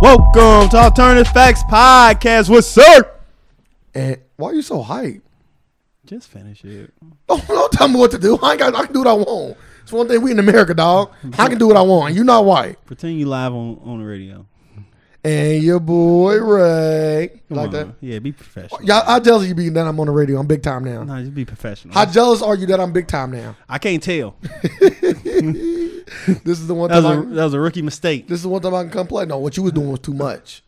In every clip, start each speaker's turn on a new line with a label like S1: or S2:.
S1: Welcome to Alternative Facts Podcast with Sir.
S2: And why are you so hype?
S1: Just finish it.
S2: Don't, don't tell me what to do. I ain't got, I can do what I want. It's one thing we in America, dog. I can do what I want. You not white.
S1: Pretend you live on, on the radio.
S2: And your boy Ray. You
S1: Come
S2: like
S1: on.
S2: that?
S1: Yeah, be professional.
S2: Yeah, how jealous you be that I'm on the radio. I'm big time now.
S1: No, just be professional.
S2: How
S1: I,
S2: jealous are you that I'm big time now?
S1: can't tell.
S2: This is the one
S1: That was,
S2: time.
S1: a,
S2: I,
S1: that was a rookie mistake.
S2: this is the one time I can complain. No, what you was doing was too much.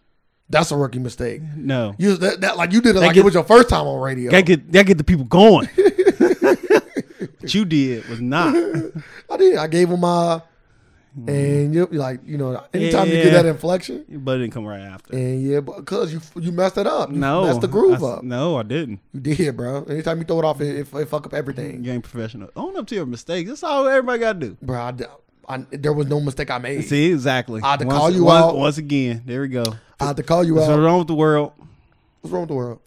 S2: That's a rookie mistake.
S1: No.
S2: You that, that like you did it like
S1: get-
S2: it was your first time on radio.
S1: That get that get the people going. what you did was not.
S2: I did. I gave him my. And you like you know anytime you get
S1: Yeah.
S2: that inflection
S1: But it didn't come right after.
S2: and yeah, because you you messed it up. You
S1: No.
S2: messed the groove
S1: I-
S2: up.
S1: No, I didn't.
S2: You did, bro. Anytime you throw it off, it, it, it fuck up everything,
S1: You ain't professional. Own up to your mistakes. That's all everybody gotta do.
S2: bro. I, I- there was no mistake I made.
S1: See, exactly.
S2: I had to
S1: Once-
S2: call you
S1: once,
S2: out.
S1: Once again, there we go.
S2: I had to call you
S1: What's
S2: out.
S1: wrong with the world?
S2: What's wrong with the world?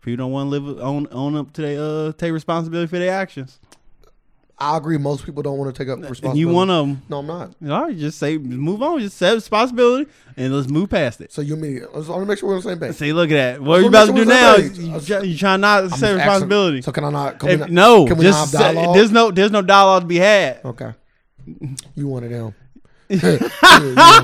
S1: People don't want to live own own up to their uh take responsibility for their actions.
S2: I agree. Most people don't want to take up
S1: And
S2: responsibility.
S1: you one of them.
S2: No, I'm not.
S1: All right, just say move on. Just accept responsibility and let's move past it.
S2: So you mean? I just want to make sure we're on the same page.
S1: See, look at that. What are
S2: Let's
S1: you about to do
S2: make sure
S1: now?
S2: we're
S1: is
S2: on the
S1: You,
S2: page.
S1: try- you trying not to
S2: I'm
S1: accept
S2: just asking-
S1: responsibility.
S2: So can I not? Can
S1: If-
S2: we not
S1: no,
S2: Can we
S1: just
S2: not have
S1: say-
S2: dialogue?
S1: there's no there's no dialogue to be had.
S2: okay. You one of them. Yeah, you, one of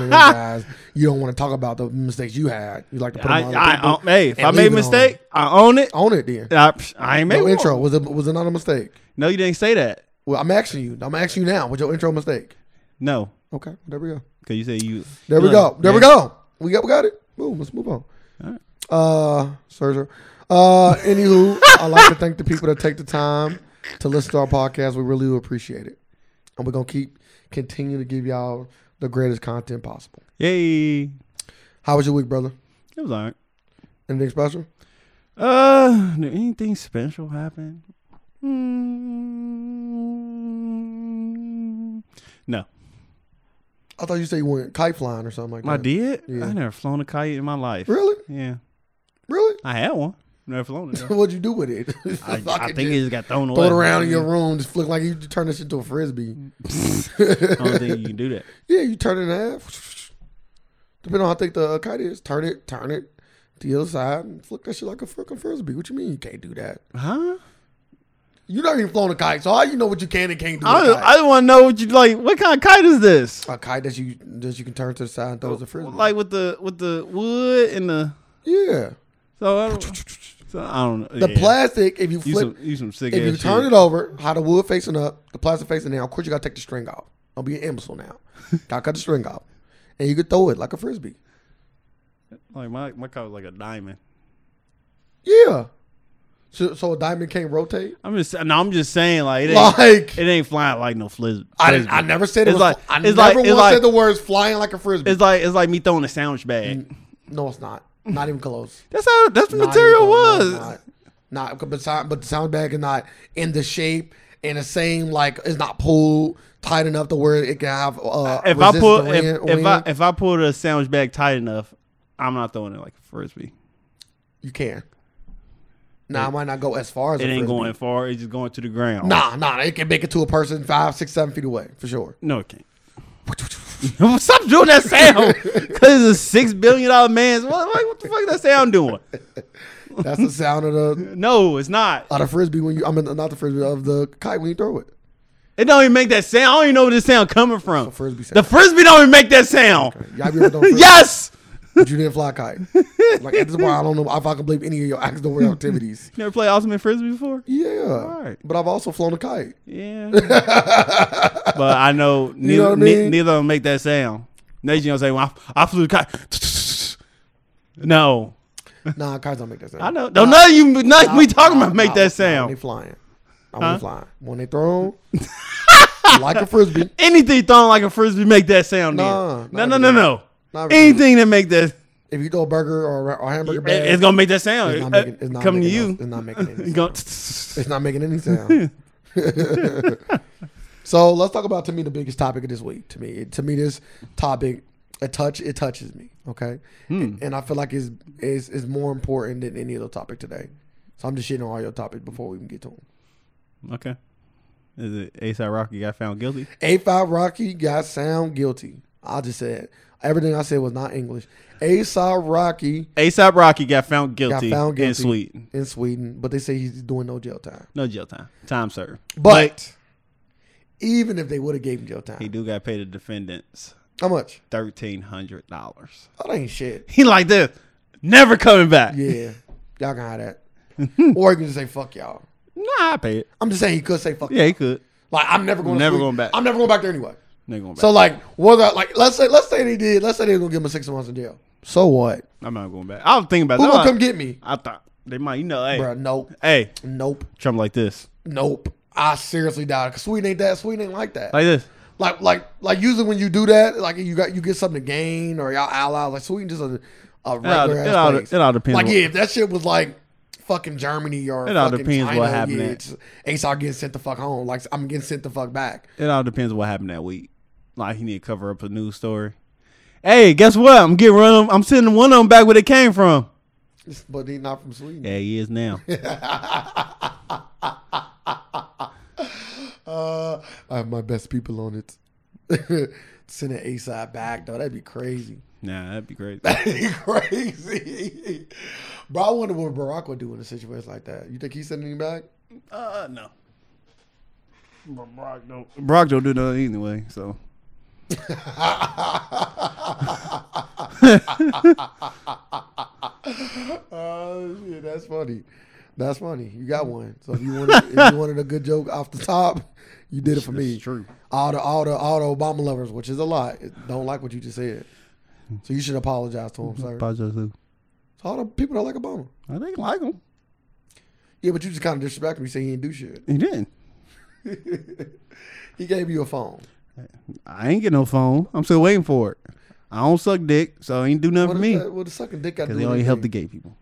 S2: them guys. You don't want to talk about the mistakes you had. You like to put
S1: I,
S2: them on.
S1: I,
S2: people.
S1: own- hey, if
S2: and
S1: I
S2: leave
S1: made
S2: it
S1: a
S2: on.
S1: mistake, I own it.
S2: Own it then.
S1: I, I ain't made
S2: Your
S1: one.
S2: intro was it was it not a mistake?
S1: No, you didn't say that.
S2: Well, I'm asking you. I'm asking you now. Was your intro a mistake?
S1: No,
S2: Okay, there we go.
S1: because you said you.
S2: There we
S1: you
S2: go.
S1: like-
S2: There we go. We got we got it. Boom. Let's move on. Uh, Sergio. Uh, anywho, I'd like to thank the people that take the time to listen to our podcast. We really do appreciate it, and we're gonna keep continue to give y'all the greatest content possible.
S1: Yay!
S2: How was your week, brother?
S1: It was alright.
S2: Anything special?
S1: Uh, did anything special happen?
S2: Hmm.
S1: Mm, no,
S2: I thought you said you went kite flying or something like that.
S1: I did.
S2: Yeah.
S1: I never flown a kite in my life.
S2: Really?
S1: Yeah,
S2: Really?
S1: I had one. Never flown it. though.
S2: What'd you do with it?
S1: I, I
S2: Fucking
S1: think it just
S2: just
S1: got thrown away.
S2: throw it around in your room. Just look like you turned this into a frisbee.
S1: I don't think you can do that.
S2: Yeah, you turn it in half. Depending on how thick the uh, kite is, turn it, turn it to the other side, and flick that shit like a fucking frisbee. What you mean you can't do that?
S1: Huh?
S2: You not even flown a kite, so how you know what you can and can't do?
S1: I
S2: with a
S1: don't- I
S2: kite?
S1: want to know what you like. What kind of kite is this?
S2: A kite that you that you can turn to the side and throw as a Uh, frisbee.
S1: Like with the with the wood and the
S2: yeah,
S1: so I don't, so I don't know.
S2: the
S1: yeah.
S2: plastic. If you
S1: You
S2: flip,
S1: some you some sick
S2: if you
S1: ass
S2: turn
S1: shit.
S2: it over, how the wood facing up, the plastic facing down. Of course, you gotta take the string off. Don't be an imbecile now. gotta cut the string off, and you could throw it like a frisbee.
S1: Like my my kite was like a diamond.
S2: Yeah. So, so a diamond can't rotate.
S1: I'm just no, I'm just saying like it ain't, it
S2: Like
S1: ain't flying like no fliz.
S2: I,
S1: frisbee.
S2: didn't, I never said it
S1: It's
S2: was.
S1: like-
S2: I
S1: it's
S2: never
S1: like-
S2: once
S1: it's like-
S2: said the words "flying like a frisbee."
S1: it's like it's like me throwing a sandwich bag.
S2: no, it's not. Not even close.
S1: That's how that's what
S2: Mm. Not
S1: material
S2: even
S1: was.
S2: close. No, it's Not, not- but sound, but the sound bag is not in the shape and the same. Like it's not pulled tight enough to where it can have. Uh,
S1: if I
S2: resist
S1: pull
S2: the
S1: if,
S2: wind-
S1: if I
S2: wind.
S1: if I pull a sandwich bag tight enough, I'm not throwing it like a frisbee.
S2: you can. Nah, I might not go as far as
S1: It
S2: a
S1: ain't
S2: frisbee.
S1: going far. It's just going to the ground.
S2: Nah, nah, it can make it to a person five, six, seven feet away for sure.
S1: No, it can't. Stop doing that sound. Cause it's a six billion dollar man's. What, what, what the fuck is that sound doing?
S2: That's the sound of the
S1: No, it's not.
S2: of the frisbee when you. I mean, not the frisbee of the kite when you throw it.
S1: It don't even make that sound. I don't even know where this sound coming from.
S2: The frisbee sound.
S1: The frisbee don't even make that sound.
S2: Y'all be able to throw a frisbee?
S1: Yes.
S2: but you didn't fly a kite. Like at this point, I don't know if I can believe any of your accidental activities.
S1: You never played ultimate frisbee before?
S2: Yeah,
S1: right.
S2: but I've also flown a kite.
S1: Yeah. but I know neither
S2: know what I
S1: ne-
S2: mean?
S1: neither of them make that sound. Next you know say, well, I, I flew the kite. No.
S2: Nah, kites don't make that sound.
S1: I know. Don't none of you none we talking about make
S2: Nah, nah,
S1: that
S2: When they
S1: sound.
S2: flying, I'm flying. When they throw, like a frisbee.
S1: Anything thrown like a frisbee make that sound
S2: Nah,
S1: then. No,
S2: not
S1: no,
S2: really.
S1: no, no.
S2: Not really.
S1: Anything that make that
S2: If you throw a burger or a, or a hamburger
S1: it-
S2: bag,
S1: it's gonna make that sound.
S2: it's not
S1: Uh,
S2: making, it's not
S1: Come to
S2: making no-
S1: you.
S2: it's not making any.
S1: It's gonna
S2: It's not making any sound. so let's talk about to me the biggest topic of this week. To me, to me this topic it touch it touches me. Okay,
S1: Hmm.
S2: and, and I feel like it's is is more important than any other topic today. So I'm just shitting on all your topics before we even get to them.
S1: Okay. Is it ASAP Rocky got found guilty?
S2: A five Rocky got sound guilty. I just said everything I said was not English. ASAP Rocky
S1: ASAP Rocky got found
S2: got
S1: guilty,
S2: found guilty
S1: in Sweden.
S2: In Sweden, but they say he's doing no jail time.
S1: No jail time. Time served.
S2: But even if they would have gave him jail time,
S1: he do got paid the defendants
S2: how much?
S1: thirteen hundred dollars.
S2: Oh, that ain't shit.
S1: He like this. Never coming back.
S2: Yeah, y'all can have that. or he can just say fuck y'all.
S1: Nah, I pay it.
S2: I'm just saying he could say fuck.
S1: Yeah, he could.
S2: Like I'm never going.
S1: Never going back.
S2: I'm never going back there anyway.
S1: Never going back.
S2: So like, whether like let's say let's say they did. Let's say they were gonna give him six months in jail. So what?
S1: I'm not going back. I was thinking about
S2: Who
S1: that.
S2: gonna
S1: I-
S2: come get me,
S1: I thought they might, you know, hey,
S2: Bruh, Nope,
S1: hey,
S2: nope,
S1: Trump like this,
S2: nope. I seriously doubt it. Cause Sweden ain't that. Sweden ain't like that.
S1: like this.
S2: Like like like usually when you do that, like you got you get something to gain or y'all allies. Like Sweden just a, a
S1: It all,
S2: regular
S1: it,
S2: ass
S1: all,
S2: place.
S1: it all depends.
S2: Like
S1: on-
S2: yeah, if that shit was like fucking Germany or
S1: It all
S2: fucking
S1: depends
S2: China,
S1: what happened
S2: yeah,
S1: at.
S2: it's- ASAP getting sent the fuck home. Like I'm getting sent the fuck back.
S1: It all depends what happened that week. Like he need to cover up a news story. Hey, guess what? I'm getting run. I'm sending one of them back where they came from.
S2: But he not from Sweden.
S1: Yeah, he is now.
S2: Uh, I have my best people on it. Send an A side back though. That'd be crazy.
S1: nah, that'd be great.
S2: That'd be crazy. Bro, I wonder what Barack would do in a situation like that. You think he's sending him back?
S1: Uh, no. Brock don't. Brock don't do nothing anyway. So
S2: Oh shit, that's funny. That's funny. You got one. So if you wanted, if you wanted a good joke off the top, you did it for me.
S1: It's true.
S2: All the all the all the Obama lovers, which is a lot, don't like what you just said. So you should apologize to him, sir.
S1: Apologize who?
S2: all the people that like Obama.
S1: I think like him.
S2: Yeah, but you just kind of disrespect him. You say he didn't do shit.
S1: He didn't.
S2: He gave you a phone.
S1: I ain't get no phone. I'm still waiting for it. I don't suck dick, so it ain't do nothing
S2: What
S1: for
S2: does
S1: me.
S2: that- what does sucking dick got to do?
S1: Because they
S2: with
S1: only help the
S2: anything?
S1: gay people.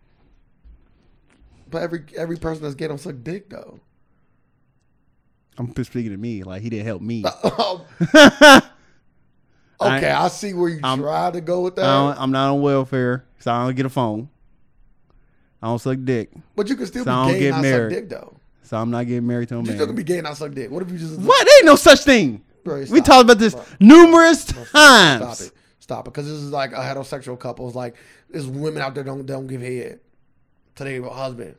S2: But every every person that's gay don't suck dick though.
S1: I'm just speaking to me. Like he didn't help me.
S2: Uh, okay, I, see where you
S1: I'm-
S2: try to go with
S1: I
S2: that,
S1: am not on welfare, so I don't get a phone. I don't suck dick,
S2: but you can still
S1: so I don't
S2: be gay
S1: get
S2: and not
S1: married.
S2: suck dick though.
S1: so I'm not getting married to a
S2: You still can
S1: man.
S2: be gay and not suck dick. What if you just
S1: What? There ain't no such thing.
S2: Bro,
S1: we
S2: stop
S1: talked about this numerous
S2: Stop
S1: times.
S2: it. Stop it. Because this is like a heterosexual couple. It's like there's women out there don't don't give head to their husband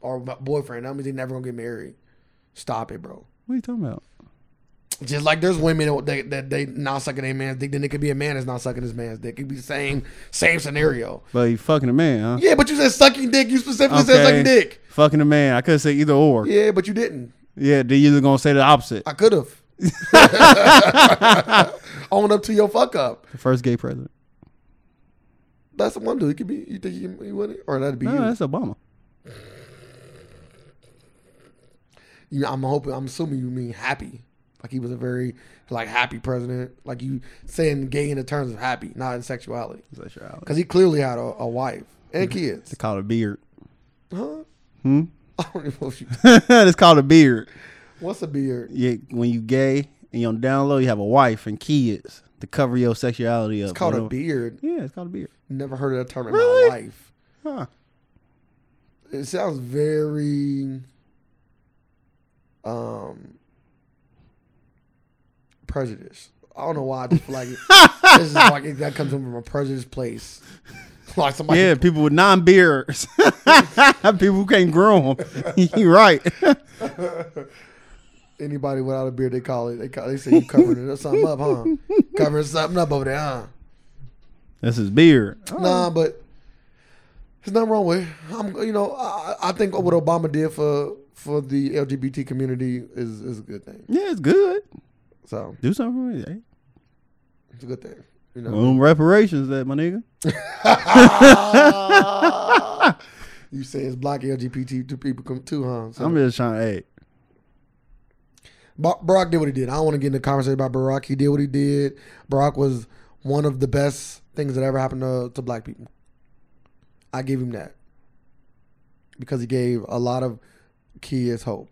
S2: or boyfriend. That means they never gonna get married. Stop it, bro.
S1: What are you talking about?
S2: Just like there's women that they, that they not sucking their man's dick, then it could be a man that's not sucking his man's dick. It'd be the same same scenario.
S1: But you fucking a man, huh?
S2: Yeah, but you said sucking dick. You specifically said sucking dick.
S1: Fucking a man. I could say either or. Yeah,
S2: Yeah, but you didn't.
S1: they either gonna say the opposite.
S2: I could have. Own up to your fuck up.
S1: The first gay president.
S2: That's the one dude. It could be you think you, you wouldn't, or that'd be
S1: No,
S2: you.
S1: that's Obama.
S2: you, I'm hoping, I'm assuming you mean happy. Like he was a very like happy president. Like you saying gay in the terms of happy, not in sexuality.
S1: That's your
S2: Because he clearly had a, a wife and kids.
S1: It's called a beard.
S2: Huh?
S1: Hmm?
S2: I don't even know if you,
S1: it's called a beard.
S2: what's a beard.
S1: Yeah, when you gay and you on down low, you have a wife and kids to cover your sexuality up.
S2: It's called
S1: you
S2: a
S1: know?
S2: beard.
S1: Yeah, it's called a beard.
S2: Never heard of that term in
S1: Really?
S2: my life.
S1: Huh.
S2: It sounds very um prejudice. I don't know why I just feel like it, this is like it, that comes from a prejudiced place. Like somebody
S1: Yeah, people with non-beards, people who can't grow them. you right.
S2: anybody without a beard, they call it. They call, they say you covering it up, something up, huh? Covering something up over there, huh?
S1: That's his beard.
S2: Nah, but there's nothing wrong with. It. I'm, you know, I, I think what Obama did for for the LGBT community is is a good thing.
S1: Yeah, it's good.
S2: So
S1: Do something with it.
S2: it's a good thing, you know.
S1: Well, them reparations, that my nigga.
S2: You say it's black LGBT two people come too, huh? So,
S1: I'm just trying. Hey,
S2: Ba- Barack did what he did. I don't want to get into a conversation about Barack. He did what he did. Barack was one of the best things that ever happened to, to black people. I give him that. Because he gave a lot of kids hope.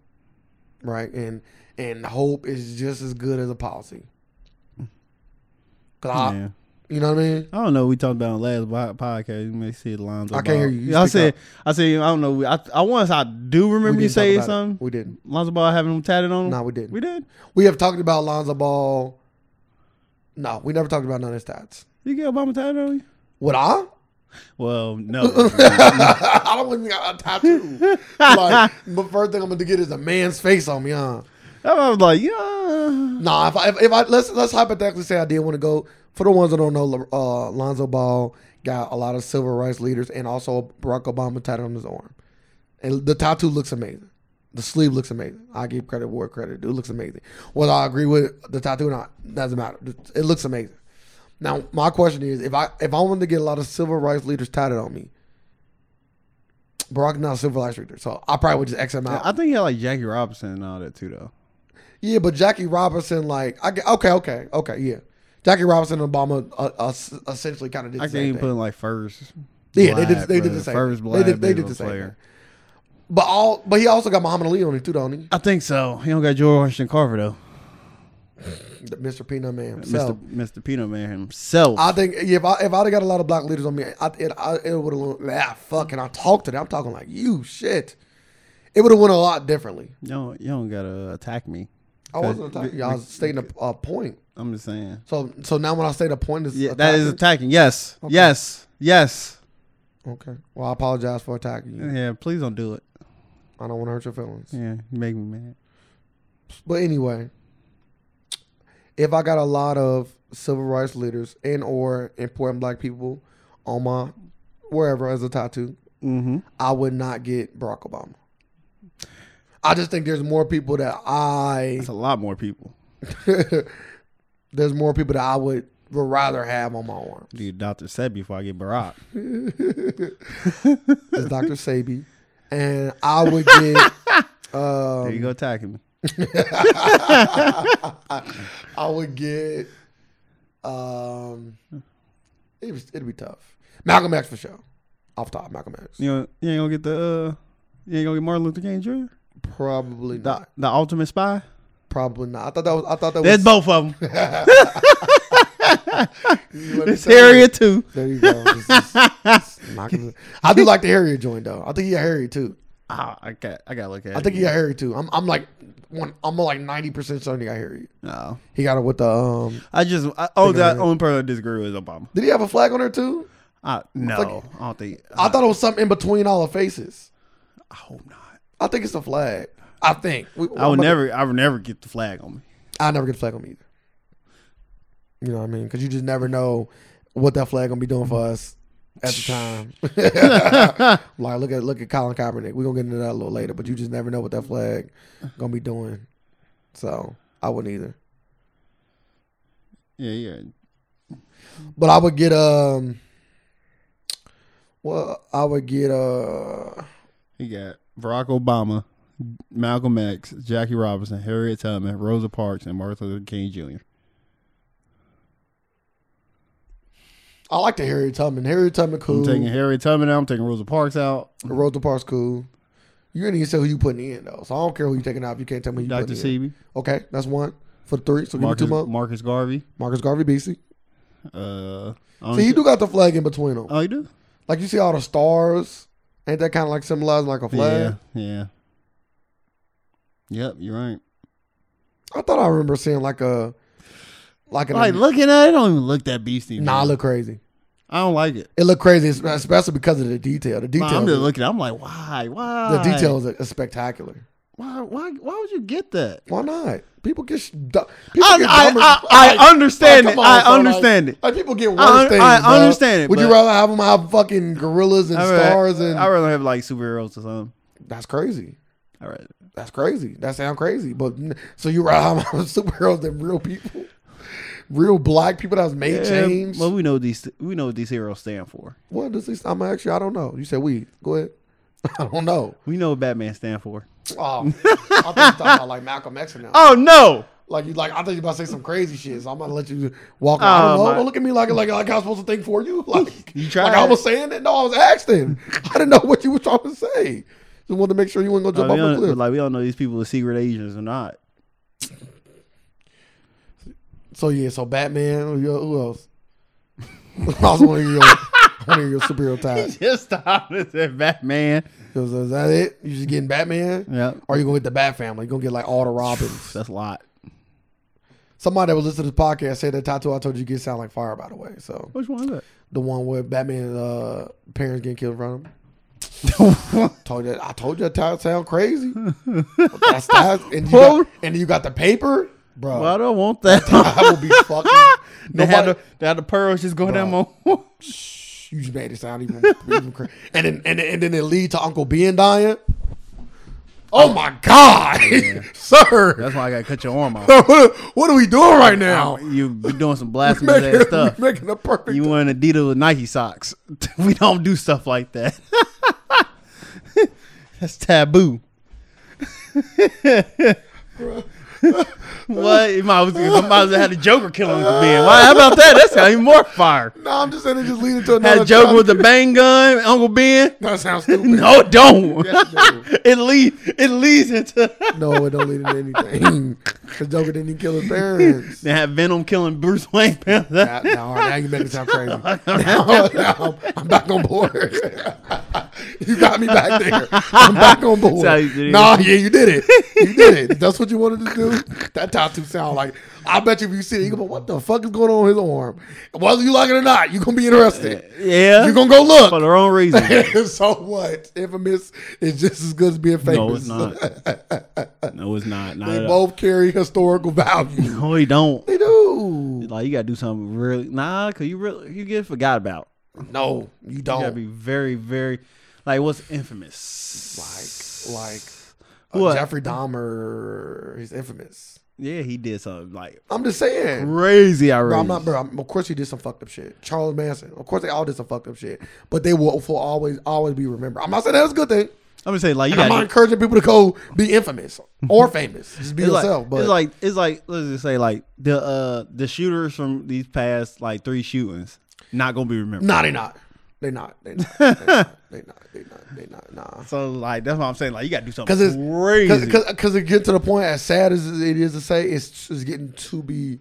S2: Right? And and hope is just as good as a policy. 'Cause I-
S1: man.
S2: you know what I mean?
S1: I don't know. what We talked about on last bo- podcast. You may see the lines.
S2: I can't hear you. You
S1: I
S2: speak
S1: said. I said. I don't know. I I once I do remember
S2: We
S1: you
S2: didn't talk
S1: saying
S2: about it.
S1: something.
S2: We didn't.
S1: Lonzo Ball having them tatted on him?
S2: No, we didn't.
S1: We did?
S2: We have talked about Lonzo Ball No, we never talked about none of his tats.
S1: You get Obama tatted on you?
S2: Would I?
S1: Well, no.
S2: I don't want to got a tattoo. like, the first thing I'm gonna get is a man's face on me, huh?
S1: I was like, yeah.
S2: Nah, if I, if, if I let's let's hypothetically say I did want to go for the ones that don't know, Le- uh, Lonzo Ball got a lot of civil rights leaders and also Barack Obama tattooed on his arm, and the tattoo looks amazing. The sleeve looks amazing. I give credit where credit due. It looks amazing. Whether I agree with the tattoo or not doesn't matter. It looks amazing. Now my question is, if I if I wanted to get a lot of civil rights leaders tatted on me, Barack not a civil rights leader, so I probably would just X him out.
S1: I think he had like Jackie Robinson and all that too, though.
S2: Yeah, but Jackie Robinson, like, I, get- okay, okay, okay, yeah. Jackie Robinson and Obama uh, uh, essentially kind of did the
S1: I can't
S2: same
S1: even put
S2: thing.
S1: in like first.
S2: Yeah, they did-
S1: black,
S2: they did
S1: bruh.
S2: the same
S1: First
S2: thing.
S1: black
S2: They did- they did
S1: basketball
S2: the same
S1: player.
S2: But all, but he also got Muhammad Ali on it too, don't he?
S1: I think so. He don't got George Washington Carver though.
S2: The Mr. Peanut Man himself.
S1: Mr. Mr. Peanut Man himself.
S2: I think yeah, if I if I'd have got a lot of black leaders on me, I, it, I, it would have ah fuck, and I talked to them. I'm talking like you shit. It would have went a lot differently.
S1: you don't you don't gotta attack me.
S2: I wasn't attacking. you. I was stating a, a point.
S1: I'm just saying.
S2: So so now when I state a point, is
S1: Yeah, that is attacking. Yes, yes, yes.
S2: okay. Well, I apologize for attacking you.
S1: Yeah, please don't do it.
S2: I don't want to hurt your feelings.
S1: Yeah, you make me mad.
S2: But anyway, if I got a lot of civil rights leaders and or important black people on my wherever as a tattoo,
S1: Mm-hmm.
S2: I would not get Barack Obama. I just think there's more people that I
S1: It's a lot more people.
S2: there's more people that I would would rather have on my arm.
S1: Dude, Doctor said before I get Barack.
S2: It's Dr. Sabi. And I would get um,
S1: There you go attacking me.
S2: I would get. Um, it was, it'd be tough. Malcolm X for sure. Off top, Malcolm X.
S1: You know, you ain't gonna get the. Uh, you ain't gonna get Martin Luther King Jr.
S2: Probably
S1: The
S2: not.
S1: the ultimate spy.
S2: Probably not. I thought that was. I thought that
S1: That's
S2: was.
S1: both of them.
S2: you let me
S1: It's
S2: tell you.
S1: Harriet too.
S2: There you go. This is- this is Malcolm- I do like the Harriet joint though. I think he a Harriet too.
S1: Ah, I got I gotta look at.
S2: I think he a Harriet too. I'm. I'm like. One, I'm like ninety percent certain he got Harriet.
S1: no.
S2: He got it with the. um
S1: I just I, oh
S2: Think
S1: that
S2: I-
S1: only person I disagree with is Obama.
S2: Did he have a flag on there too?
S1: I no, I don't think. I,
S2: I thought it was something in between all the faces.
S1: I hope not.
S2: I think it's a flag. I think. We,
S1: I would
S2: I'm-
S1: never. I would never get the flag on me.
S2: I never get a flag on me either. You know what I mean? Because you just never know what that flag gonna be doing for us at the time. like look at look at Colin Kaepernick. We're gonna get into that a little later, but you just never know what that flag gonna be doing. So I wouldn't either.
S1: Yeah, yeah.
S2: But I would get um well I would get uh
S1: He got Barack Obama, Malcolm X, Jackie Robinson, Harriet Tubman, Rosa Parks, and Martin Luther King Jr.
S2: I like the Harriet Tubman. Harriet Tubman
S1: I'm
S2: cool.
S1: taking Harriet Tubman out. I'm taking Rosa Parks out.
S2: Rosa Parks cool. You didn't even say who you putting in though. So I don't care who you taking out if you can't tell me who you
S1: Dr.
S2: putting in.
S1: Sebi,
S2: Okay, that's one. For the three, so give me
S1: Marcus,
S2: two more.
S1: Marcus Garvey.
S2: Marcus Garvey BC.
S1: Uh, I don't
S2: See, he
S1: thi-
S2: do got the flag in between them.
S1: oh, you do?
S2: Like you see all the stars. Ain't that kind of like symbolizing like a flag?
S1: Yeah, yeah. Yep, you're right.
S2: I thought I remember seeing like a like an
S1: Like looking at it, it don't even look that beastie.
S2: nah, it
S1: man.
S2: look crazy.
S1: I don't like it.
S2: It look crazy, es- especially because of the detail. The
S1: Nah,
S2: detail,
S1: I'm just looking. I'm like, why, why?
S2: the details are, is spectacular.
S1: Why, why, why would you get that?
S2: Why not? People get sh- du- people
S1: I,
S2: get dumber-
S1: I, I, I understand
S2: Like,
S1: it.
S2: come
S1: I
S2: on, son,
S1: understand
S2: like,
S1: it.
S2: Like people get worse
S1: I un-
S2: things.
S1: I
S2: dog.
S1: understand it,
S2: Would you
S1: but-
S2: rather have them have fucking gorillas and
S1: I rather-
S2: stars and
S1: I rather have like superheroes or something.
S2: that's crazy.
S1: All right.
S2: That's crazy. That sound crazy. But n- so you rather have superheroes than real people, real black people that was made change.
S1: Well, we know these. We know what these heroes stand for.
S2: What does this? I'm actually I don't know. You said we. Go ahead. I don't know.
S1: We know what Batman stand for.
S2: Oh, I think you talking about like Malcolm X now.
S1: Oh no!
S2: Like you like I think you about to say some crazy shit. So I'm gonna let you walk. I don't
S1: Oh,
S2: know.
S1: my-
S2: Don't look at me like like like I was supposed to think for you. Like
S1: You tried.
S2: Like I was saying that. No, I was asking. I didn't know what you were trying to say. Just wanted to make sure you weren't gonna
S1: Like,
S2: jump
S1: we
S2: off a cliff.
S1: don't, like we don't know these people are secret agents or not.
S2: So yeah, so Batman. Who, you- who else? I also want to hear your, I wanna hear your superhero ties.
S1: Just stop and said Batman.
S2: Is, is that it? You just getting Batman?
S1: Yeah,
S2: Or you gonna get the Bat Family? You gonna get like all the Robins?
S1: that's a lot.
S2: Somebody that was listening to this podcast said that tattoo I told you get sound like fire. By the way, so
S1: Which one is that?
S2: the one where Batman uh, parents getting killed in front of him. Told you, I told you that tattoo sound crazy. That's tattoo- and, you got, and you got the paper, bro.
S1: Well, I don't want that.
S2: I will be fucking.
S1: they, had
S2: Nobody,
S1: the, they had the pearls just going down my.
S2: you just made it sound even, even crazy. And then and, then- and then it lead to Uncle Ben dying. Oh my God, sir!
S1: That's why I gotta cut your arm off.
S2: What, what are we doing right now?
S1: You be doing some blasphemous
S2: Making,
S1: ass stuff.
S2: making a perfect.
S1: You wearing Adidas with Nike socks. we don't do stuff like that. That's taboo. what? If I was, if I might as well had a Joker killing Uncle Ben. Why? How about that? That's how even more fire.
S2: no, I'm just saying it just leading to another.
S1: Had a Joker
S2: topic.
S1: with a bang gun, Uncle Ben.
S2: That sounds stupid.
S1: No, don't.
S2: Yes, it
S1: it lead it leads into
S2: No, it don't lead to anything. Because Joker didn't even kill his parents.
S1: they have Venom killing Bruce Wayne.
S2: Now, now, all right, now you make it sound crazy. Now, now I'm back on board. you got me back there. I'm back on board.
S1: how you did it.
S2: Nah, yeah, you did it. You did it. That's what you wanted to do. That tattoo sound like. I bet you if you see it, you go, but what the fuck is going on with his arm? Whether you like it or not, you're gonna be interested.
S1: yeah,
S2: You're gonna go
S1: for
S2: look.
S1: the wrong reason.
S2: so what? Infamous is just as good as being famous.
S1: No, it's not. No, it's not. Not
S2: They
S1: at all.
S2: both carry historical value.
S1: No, you don't.
S2: They do.
S1: Like you gotta do something really nah, cause you really you get forgot about.
S2: No, you
S1: You gotta
S2: don't.
S1: be very, very like what's infamous.
S2: like, like uh,
S1: What?
S2: Jeffrey Dahmer. He's infamous.
S1: yeah, he did something like
S2: I'm just saying.
S1: crazy. I
S2: Bro, I'm not, bro. I'm- of course, he did some fucked up shit. Charles Manson. Of course, they all did some fucked up shit. But they will for always, always be remembered. I'm not saying that's a good thing.
S1: I'm just saying like you
S2: I'm not
S1: gotta.
S2: encouraging people to go be infamous or famous. Just be
S1: It's like,
S2: yourself. but
S1: it's like it's like let's just say like the uh the shooters from these past like three shootings not gonna be remembered.
S2: nah, they not. They not. They not. They not. They not. They not. They not. Nah.
S1: So like that's what I'm saying. Like you gotta do something
S2: Because it's
S1: crazy.
S2: Because it get to the point, as sad as it is to say, it's, it's getting to be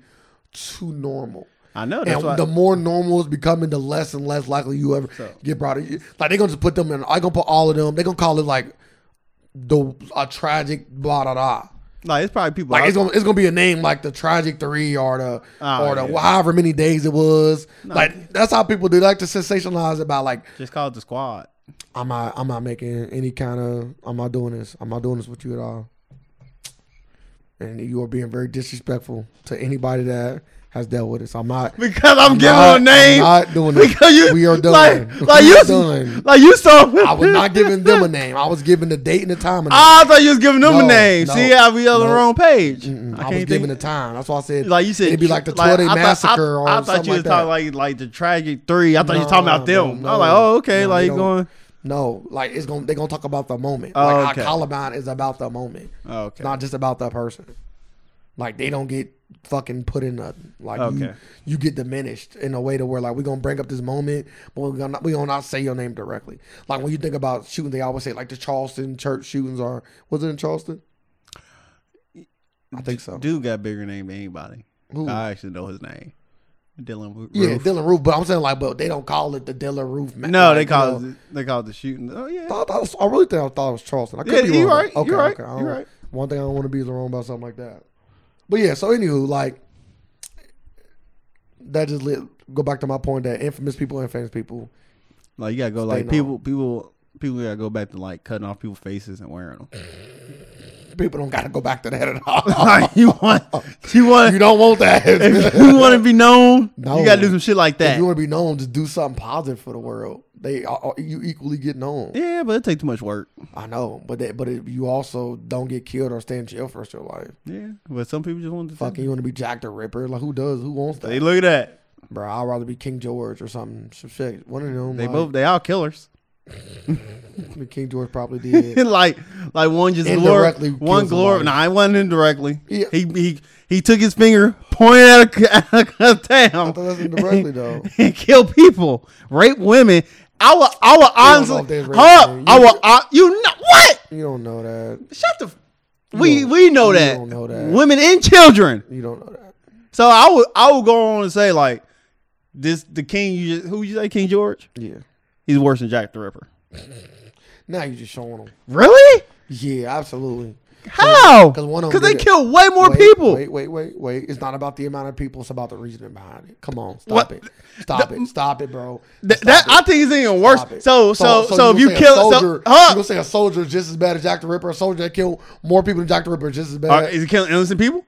S2: too normal.
S1: I know that's
S2: And
S1: why.
S2: the more normal it's becoming, the less and less likely you ever get brought. In. Like they're gonna just put them in. I gonna put all of them. They gonna call it like the a tragic blah blah blah.
S1: like it's probably people.
S2: Like
S1: out-
S2: it's gonna it's gonna be a name like the tragic three or the
S1: Oh,
S2: or the
S1: yeah.
S2: however many days it was. Like that's how people do. They like to sensationalize it by like
S1: just call it the squad.
S2: I'm not I'm not making any kind of I'm not doing this. I'm not doing this with you at all. And you are being very disrespectful to anybody that has dealt with this. I'm not
S1: Because I'm giving
S2: not-
S1: her a name.
S2: I'm not doing it.
S1: because you,
S2: We are done.
S1: Like,
S2: We
S1: like you,
S2: are done.
S1: like you saw.
S2: I was not giving them a name. I was giving the date and the time. And
S1: I thought you was giving them a
S2: No,
S1: name.
S2: no,
S1: See, I be on the
S2: no.
S1: wrong page.
S2: I, was giving the time. That's why I said
S1: Like you said,
S2: it'd be like the 12
S1: like,
S2: day
S1: I thought- I-
S2: massacre or
S1: I,
S2: something
S1: thought you was
S2: like that.
S1: talking like like the tragic three. I thought you was
S2: No,
S1: talking about
S2: no,
S1: them.
S2: no,
S1: I was like, oh okay,
S2: no,
S1: like
S2: they
S1: you
S2: don't-
S1: going.
S2: No, like it's gonna they're gonna talk about the moment.
S1: Oh,
S2: like
S1: okay.
S2: how Columbine is about the moment,
S1: Oh, okay.
S2: not just about the person. Like they don't get fucking put in nothing. Like
S1: Okay.
S2: you, you get diminished in a way to where like we're gonna bring up this moment, but we're gonna we gonna not say your name directly. Like when you think about shooting, they always say like the Charleston church shootings are was it in Charleston? I think so.
S1: Dude got a bigger name than anybody.
S2: Who?
S1: I actually know his name. Dylan. Roof.
S2: Yeah, Dylan Roof. But I'm saying like, but they don't call it the Dylan Roof. ma-
S1: No,
S2: like,
S1: they
S2: you know,
S1: call it, they call it the shooting. Oh yeah.
S2: I, thought- I was- I really think I thought it was Charleston. I could
S1: Yeah,
S2: be
S1: you
S2: wrong.
S1: right, you right,
S2: I
S1: you
S2: don't-
S1: right.
S2: One thing I don't want to be is wrong about something like that. But yeah, so anywho, like that just lit, go back to my point that infamous people and famous people.
S1: Like you gotta go like people
S2: normal.
S1: people people gotta go back to like cutting off people's faces and wearing them.
S2: People don't got to go back to that at all.
S1: like you want you want
S2: Oh. you don't want that.
S1: if you want to be known,
S2: No.
S1: you gotta do some shit like
S2: if
S1: that.
S2: you want to be known, just do something positive for the world. They are, are- you equally get known.
S1: yeah, but it take too much work.
S2: I know, but that, but it, you also don't get killed or stay in jail for the rest of your life.
S1: Yeah, but some people just want to
S2: Fucking,
S1: fucking.
S2: you want to be Jack the Ripper? Like who does? Who wants that?
S1: They look at that.
S2: Bro, I'd rather be King George or something. Some shit. One of them.
S1: They
S2: like,
S1: both they all killers.
S2: the King George probably did.
S1: like like one just glor-
S2: Indirectly
S1: one
S2: killed
S1: glor
S2: somebody.
S1: No, I wasn't indirectly.
S2: Yeah.
S1: He he he took his finger, pointed at a, at a
S2: I
S1: town,
S2: thought that's indirectly though.
S1: and kill people, rape women. I would I would
S2: know if
S1: honestly,
S2: they rape
S1: huh?
S2: women.
S1: I
S2: You-
S1: would I, you know what?
S2: You don't know that.
S1: Shut the. f- We
S2: don't-
S1: we know
S2: you
S1: that.
S2: don't know that.
S1: women and children.
S2: You don't know that.
S1: So I would I would go on and say like this the king you just, who you say King George
S2: Yeah.
S1: he's worse than Jack the Ripper.
S2: Now you just showing them.
S1: Really?
S2: Yeah, absolutely.
S1: How?
S2: 'Cause one of 'em
S1: Because they
S2: did it.
S1: kill way more
S2: wait,
S1: people.
S2: Wait, wait, wait, wait. It's not about the amount of people. It's about the reasoning behind it. Come on, stop
S1: What?
S2: it, stop it, stop it, bro.
S1: Th-
S2: Stop
S1: that
S2: it.
S1: I think is even worse.
S2: Stop it.
S1: So, so, so, if you
S2: gonna say
S1: kill,
S2: a soldier,
S1: so, huh?
S2: you gonna say a soldier is just as bad as Jack the Ripper? A soldier that killed more people than Jack the Ripper is just as bad.
S1: Are- is it killing innocent people?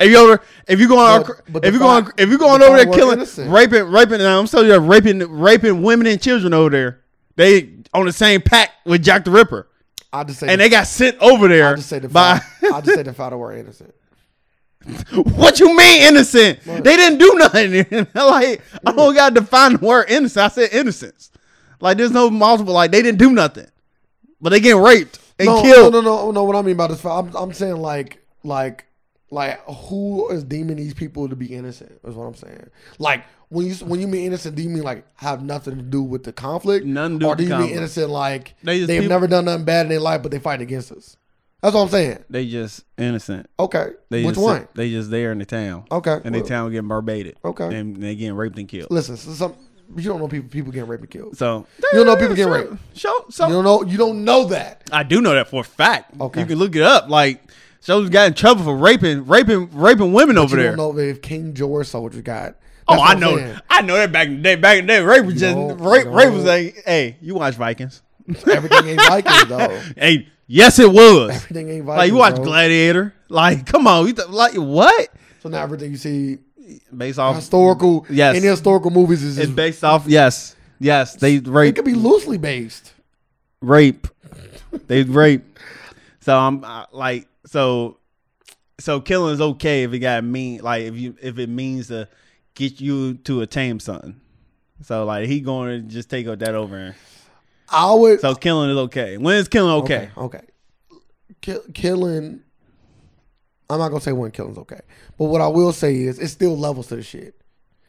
S1: If you over, if you going,
S2: But-
S1: out-
S2: but
S1: if
S2: the
S1: you going,
S2: fact-
S1: if you going
S2: the
S1: over there
S2: fact we're
S1: killing,
S2: innocent.
S1: raping, raping, and I'm telling you, raping, raping women and children over there. They on the same pack with Jack the Ripper,
S2: I just say,
S1: and
S2: the,
S1: they got sent over
S2: I
S1: there
S2: just say the
S1: by.
S2: fact- I just say the fact that we're innocent.
S1: what you mean innocent? They didn't do nothing. like I don't got to define the word innocent. I said innocence. Like there's no multiple. Like they didn't do nothing, but they getting raped and
S2: no,
S1: killed.
S2: No, no, no, no. What I mean by this, I'm, I'm saying like, like, like, who is deeming these people to be innocent? Is what I'm saying. Like, when you when you mean innocent, do you mean like have nothing to do with the conflict?
S1: Nothing to do
S2: Or
S1: with the
S2: do you
S1: conflict.
S2: mean innocent like
S1: They
S2: they
S1: just
S2: have
S1: people-
S2: never done nothing bad in their life, but they fight against us? That's what I'm saying.
S1: They just innocent.
S2: Okay,
S1: They
S2: Oh, which
S1: just,
S2: one?
S1: They just there in the town.
S2: Okay,
S1: and
S2: well,
S1: they town getting barbated.
S2: Okay.
S1: and they getting raped and killed.
S2: listen. So some you don't know people people getting raped and killed.
S1: So
S2: You don't know people get raped.
S1: Show
S2: You
S1: so
S2: don't know you don't know that.
S1: I do know that for a fact.
S2: Okay.
S1: you can look it up. Like shows got in trouble for raping, raping, raping women over
S2: You
S1: there.
S2: don't know if King George soldier got.
S1: Oh,
S2: That's what
S1: I
S2: I'm
S1: know,
S2: saying.
S1: I know that back in the day. Back in the day, rape was just
S2: don't-
S1: rape,
S2: you
S1: rape was
S2: don't-
S1: like, hey, you watch Vikings?
S2: Everything ain't Vikings though.
S1: Hey, yes, it was.
S2: Everything ain't Vikings.
S1: Like you watch
S2: bro.
S1: Gladiator? Like, come on, you th- like what?
S2: So now everything you see
S1: Based off
S2: historical,
S1: Yes.
S2: any historical movies is
S1: It's
S2: just,
S1: based off. Yes, yes. They
S2: it
S1: rape,
S2: could be loosely based.
S1: rape. They rape. So I'm I, like, so, so killing is okay if it got mean. Like if you if it means to get you to attain something. So like he going to just take that over. Him.
S2: I would
S1: So killing is okay. When is killing okay?
S2: okay, okay. Kill, killing. I'm not gonna say when killing's okay, but what I will say is it's still levels to the shit.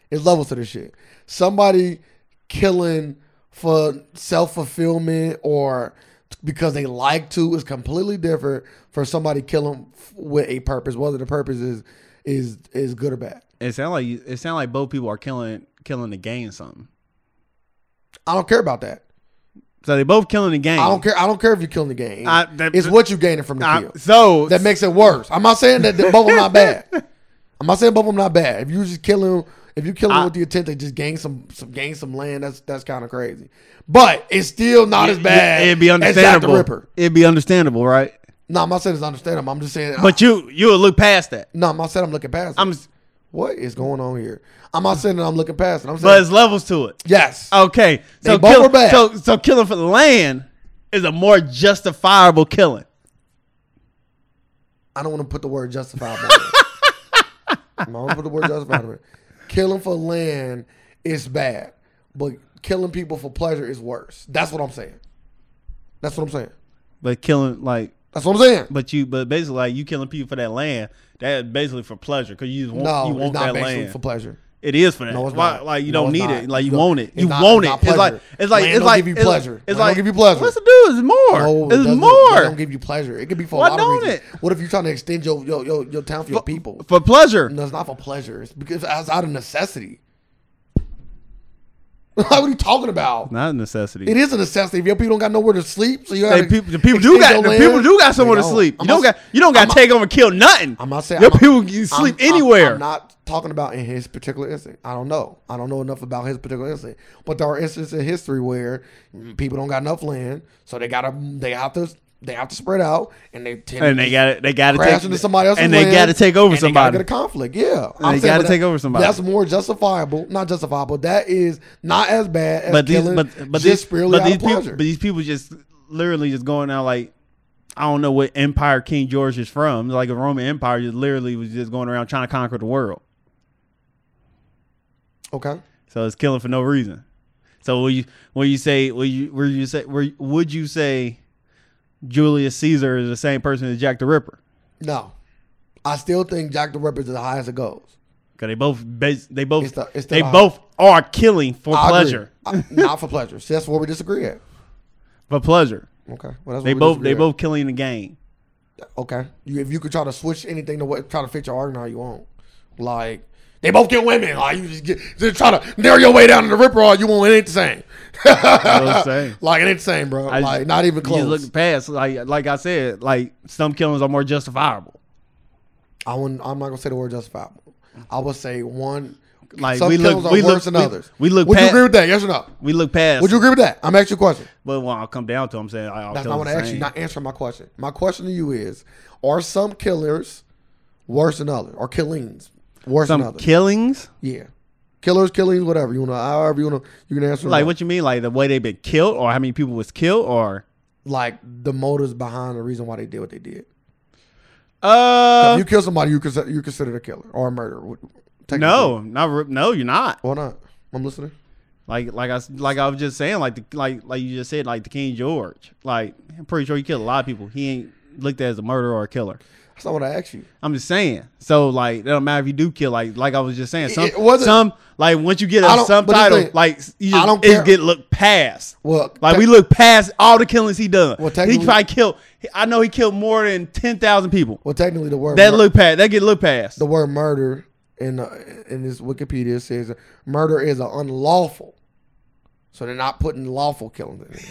S2: It's levels to the shit. Somebody killing for self fulfillment or because they like to is completely different for somebody killing f- with a purpose, whether the purpose is is is good or bad.
S1: It sound like you- it sound like both people are killing killing the game something.
S2: I don't care about that.
S1: So they both killing the game.
S2: I don't care. I don't care if you're killing the game.
S1: I- that-
S2: it's what you gaining from the
S1: I-
S2: kill
S1: so
S2: that makes it worse. I'm not saying that the both of them not bad. I'm not saying both of them not bad. If you just killing, if you killing
S1: I-
S2: with the intent to just gain some, some gain some land, that's that's kind of crazy. But it's still not as bad.
S1: It'd be
S2: as Jack the
S1: understandable.
S2: Ripper.
S1: It'd be understandable, right?
S2: No, I'm not saying it's understandable. I'm just saying.
S1: But you you would look past that.
S2: no, I'm not saying I'm looking past.
S1: I'm
S2: it. What is going on here? I'm not saying that I'm looking past it. I'm
S1: but
S2: saying
S1: it's levels to it.
S2: yes.
S1: Okay.
S2: They
S1: So
S2: both
S1: kill,
S2: were bad.
S1: so so killing for the land is a more justifiable killing.
S2: I don't want to put the word justifiable. in it. I don't want to put the word justifiable. in it. Killing for land is bad, but killing people for pleasure is worse. That's what I'm saying. That's what I'm saying.
S1: But killing like
S2: That's what I'm saying.
S1: but you but basically like you killing people for that land, that is basically for pleasure because you just want
S2: No,
S1: you want
S2: it's
S1: that
S2: not basically
S1: land.
S2: for pleasure.
S1: It is for that.
S2: No, it's
S1: Why-
S2: not.
S1: Like you
S2: No,
S1: don't
S2: it's
S1: need
S2: not.
S1: it. Like you
S2: It's
S1: want it.
S2: not-
S1: You
S2: it's
S1: want it.
S2: not
S1: It's like
S2: pleasure.
S1: it's like
S2: Land
S1: it's
S2: don't
S1: like
S2: give you
S1: it's-
S2: pleasure.
S1: It's
S2: Land don't
S1: like
S2: give you pleasure.
S1: What's to do is more.
S2: No, it
S1: it's
S2: doesn't. It don't
S1: more
S2: give you pleasure. It could be for
S1: Why
S2: a lot
S1: don't
S2: of reasons.
S1: it?
S2: What if you're trying to extend your your your, your town for your people?
S1: for pleasure.
S2: No, it's not for pleasure. It's because it's out of necessity. what are you talking about?
S1: Not a necessity.
S2: It is a necessity. If your people don't got nowhere to sleep, so you got
S1: Hey, people, the people do got the people do got somewhere to sleep. You don't got you don't got to take over and kill nothing.
S2: I'm not saying
S1: your
S2: I'm not-
S1: people can sleep
S2: I'm- I'm-
S1: anywhere.
S2: I'm not talking about in his particular instance. I don't know. I don't know enough about his particular instance. But there are instances in history where people don't got enough land, so they gotta they have to they have to spread out, and they tend
S1: and
S2: to
S1: they got to they got to
S2: crash
S1: take
S2: into somebody else's
S1: and they
S2: land,
S1: got to take over
S2: and
S1: somebody.
S2: They gotta get a conflict, yeah.
S1: they
S2: I'm saying,
S1: gotta
S2: but
S1: take
S2: that-
S1: over somebody.
S2: That's more justifiable, not justifiable. That is not as bad as
S1: but these
S2: killing.
S1: but but
S2: just
S1: these,
S2: purely
S1: but
S2: out of
S1: these people
S2: pleasure.
S1: but these people just literally just going out like I don't know what empire King George is from. Like a Roman Empire just literally was just going around trying to conquer the world.
S2: okay.
S1: So it's killing for no reason. So will you will you say will you will you say will, you- would you say Julius Caesar is the same person as Jack the Ripper?
S2: No, I still think Jack the Ripper is the highest it goes.
S1: Because they both bas- they both
S2: It's the- it's the
S1: they
S2: lie.
S1: both are killing for
S2: I agree.
S1: pleasure.
S2: I- not for pleasure. See, that's where we disagree at.
S1: For pleasure,
S2: Okay, well, that's
S1: they
S2: where we
S1: both they
S2: disagree
S1: both killing the game.
S2: at. Okay, you, if you could try to switch anything to what try to fit your argument how you want, like They both get women. Like you just get, just try to narrow your way down to the ripper, or you won't. It ain't the same.
S1: what I'm saying.
S2: like it ain't the same, bro.
S1: I just-
S2: like not even close.
S1: You look past, like like I said, like some killings are more justifiable.
S2: I wouldn't. I'm not gonna say the word justifiable. I would say one.
S1: Like,
S2: some
S1: we look-
S2: killings are
S1: we look-
S2: worse than
S1: we-
S2: others.
S1: we look
S2: Would you
S1: pat-
S2: agree with that? Yes or no?
S1: We look past.
S2: Would you agree with that? I'm asking you a question.
S1: But when I come down to, it, I'm saying I'll
S2: That's
S1: kill
S2: not what
S1: the
S2: I asked you.
S1: same.
S2: Not answering my question. My question to you is: Are some killers worse than others? Or killings worse
S1: some
S2: than others?
S1: killings.
S2: yeah, killers, killings, whatever you want to. However you want to. You can answer.
S1: Like
S2: that.
S1: what you mean? Like the way they been killed, or how many people was killed, or
S2: like the motives behind the reason why they did what they did.
S1: uh,
S2: if you kill somebody, you consider you considered a killer or a murderer. Technically.
S1: no, not re- no, you're not.
S2: why not? I'm listening.
S1: Like like I s- like I was just saying, like the, like like you just said, like the King George. Like I'm pretty sure he killed a lot of people. He ain't looked at as a murderer or a killer.
S2: That's not what I asked you.
S1: I'm just saying. So like, it don't matter if you do kill. Like, like I was just saying, some,
S2: It wasn't-
S1: some, like once you get
S2: I
S1: a
S2: don't-
S1: some
S2: but the
S1: title,
S2: thing-
S1: like you
S2: I
S1: just,
S2: don't
S1: it
S2: care.
S1: get looked past.
S2: Well,
S1: Like
S2: tec-
S1: we look past all the killings he done.
S2: Well,
S1: he
S2: technically-
S1: probably killed. I know he killed more than ten thousand people.
S2: Well, technically, the word
S1: That
S2: mur-
S1: look past. That get looked past.
S2: the word murder in uh, in this Wikipedia says murder is an unlawful. So they're not putting lawful killing in it.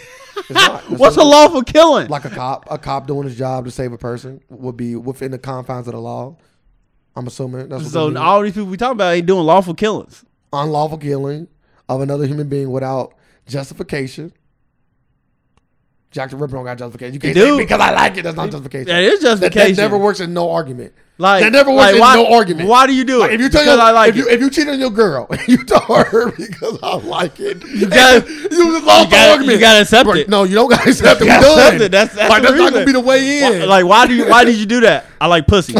S2: It's not. It's
S1: What's a
S2: not-
S1: lawful killing?
S2: Like a cop, a cop doing his job to save a person would be within the confines of the law. I'm assuming that's what so
S1: so all these people we talking about ain't doing lawful killings.
S2: unlawful killing of another human being without justification. Jack the Ripper don't got justification. You can't
S1: do.
S2: say because I like it. That's not justification.
S1: That is
S2: That,
S1: justification.
S2: that never works in no argument.
S1: Like
S2: that never works
S1: like,
S2: in
S1: why,
S2: no argument.
S1: Why do you do
S2: Like,
S1: it?
S2: if you tell
S1: because
S2: your,
S1: I like
S2: if
S1: it.
S2: you if you cheat on your girl and you tell her because I like it, you
S1: gotta-
S2: you just lost
S1: you
S2: the
S1: gotta-
S2: argument.
S1: you gotta accept
S2: Right,
S1: it.
S2: No, you don't gotta accept it.
S1: You
S2: We
S1: gotta accept
S2: done.
S1: it. That's- that's
S2: like,
S1: the
S2: that's not gonna
S1: reason.
S2: be the way
S1: Why-
S2: in.
S1: like why do you why did you do that? I like pussy.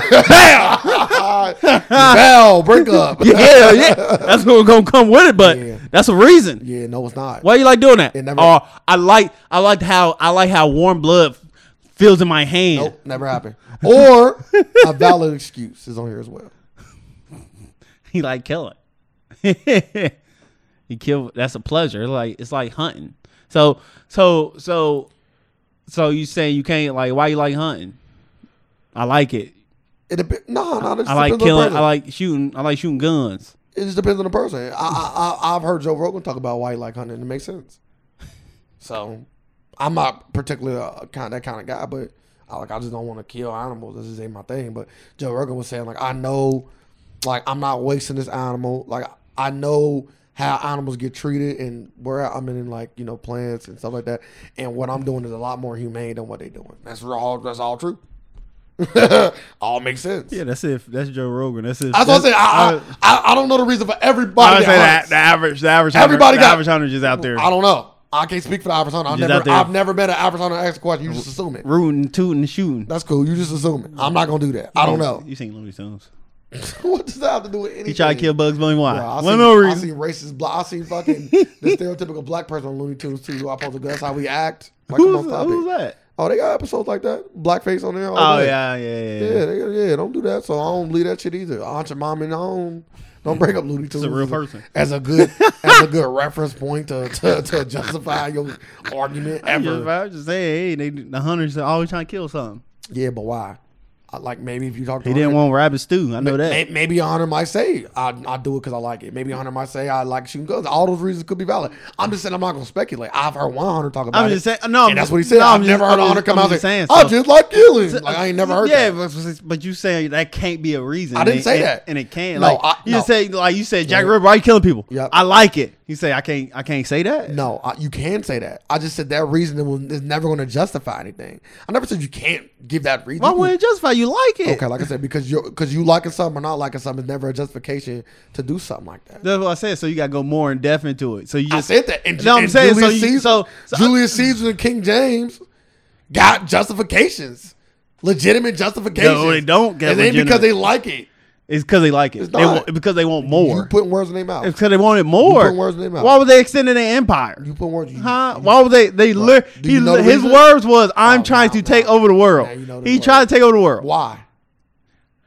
S2: Val, break up.
S1: yeah, hell yeah. That's what gonna come with it, but
S2: Yeah.
S1: that's a reason.
S2: Yeah, no, it's not.
S1: Why you like doing that?
S2: It never-
S1: or I like I liked how I like how warm blood feels in my hand.
S2: Nope, never happened. Or a valid excuse is on here as well.
S1: He like killing. he kill that's a pleasure. Like it's like hunting. So so so so you saying you can't like why you like hunting? I like it.
S2: It dep- no, no, it just
S1: I like
S2: depends on the
S1: killing.
S2: person.
S1: I like shooting. I like shooting guns.
S2: it just depends on the person. I, I, I I've heard Joe Rogan talk about why he like hunting. It makes sense. So, I'm not particularly a kind that kind of guy, but I like I just don't want to kill animals. This just ain't my thing. But Joe Rogan was saying like I know, like I'm not wasting this animal. Like I know how animals get treated and where I'm in like you know plants and stuff like that. And what I'm doing is a lot more humane than what they're doing. That's all. That's all true. all makes sense.
S1: Yeah, that's if that's Joe Rogan. That's if
S2: That's what I'm saying. I, I, I, I don't know the reason for everybody.
S1: would
S2: that
S1: say
S2: hunts.
S1: that the average, the average,
S2: Everybody
S1: hunter,
S2: got-
S1: the average hunter is out there
S2: I don't know. I can't speak for the average hunter. I've
S1: Just out
S2: never,
S1: there.
S2: I've never met an average hunter ask a question. You just assume it.
S1: rooting, tooting, shooting.
S2: That's cool. You just assume it. I'm not gonna do that. I don't know.
S1: You seen Looney Tunes?
S2: what does that have to do with anything?
S1: He tried to kill Bugs Bunny. Why?
S2: Bro, I
S1: One
S2: seen,
S1: no
S2: I
S1: reason.
S2: seen racist. Bla- I seen fucking the stereotypical black person on Looney Tunes too. Who I supposed to go? That's how we act. Like, come
S1: Who's,
S2: on, stop
S1: who's
S2: it.
S1: that?
S2: Oh, they got episodes like that. Blackface on there. all
S1: Oh
S2: day.
S1: yeah, yeah, yeah. yeah.
S2: Yeah, they, yeah, don't do that. So I don't leave that shit either. Aunt your mom and I don't don't break up Looney Tunes.
S1: a real
S2: as
S1: person.
S2: As a good as a good reference point to, to, to justify your argument
S1: I'm
S2: ever.
S1: just, I'm just saying, hey, they, the hunters are always trying to kill something.
S2: Yeah, but why? I, like maybe if you talk to
S1: He didn't want rabbit stew. I know that.
S2: Maybe, maybe Honor might say I, I do it because I like it. Maybe Honor might say I like shooting guns. All those reasons could be valid. I'm just saying I'm not gonna speculate. I've heard one Hunter talk about
S1: I'm
S2: it.
S1: just saying. No,
S2: and that's what he said.
S1: No,
S2: I've
S1: I'm
S2: never
S1: just-
S2: heard
S1: I'm
S2: Honor
S1: just-
S2: come
S1: I'm
S2: out and
S1: just
S2: say,
S1: saying,
S2: "I
S1: so-
S2: just like killing." Like I ain't never heard
S1: yeah,
S2: that.
S1: but, but you saying that can't be a reason.
S2: I didn't
S1: and-
S2: say
S1: and-
S2: that.
S1: and it can't.
S2: No,
S1: like,
S2: I-
S1: you
S2: no.
S1: just say like you said, Jack
S2: Yeah.
S1: Ripper, why you killing people?
S2: Yep.
S1: I like it. You say I can't, I can't say that.
S2: No, I, you can say that. I just said that reason will- is never going to justify anything. I never said you can't give that reason.
S1: Why wouldn't it justify you like it?
S2: Okay, like I said, because you because you liking something or not liking something is never a justification to do something like that.
S1: That's what I said. So you got to go more in depth into it. So you
S2: I
S1: just
S2: said that. And,
S1: No, I'm
S2: and
S1: saying, so
S2: Julius
S1: you-
S2: Caesar,
S1: so- so-
S2: Julius Caesar and King James got justifications, legitimate justifications.
S1: No, they don't get
S2: It ain't
S1: legitimate.
S2: because they like it.
S1: it's because they like it.
S2: It's
S1: They
S2: not.
S1: want, because they want
S2: You
S1: more.
S2: putting words in their mouth.
S1: It's because they wanted more.
S2: putting words in their mouth.
S1: Why would they extend their empire?
S2: you put words. You,
S1: Huh?
S2: you-
S1: Why would they? They li-
S2: Do you
S1: he,
S2: know the
S1: his
S2: reason?
S1: words was, "I'm
S2: Oh,
S1: trying
S2: now-
S1: to
S2: now-
S1: take over the world."
S2: now you know the
S1: he
S2: word.
S1: tried to take over the world.
S2: Why?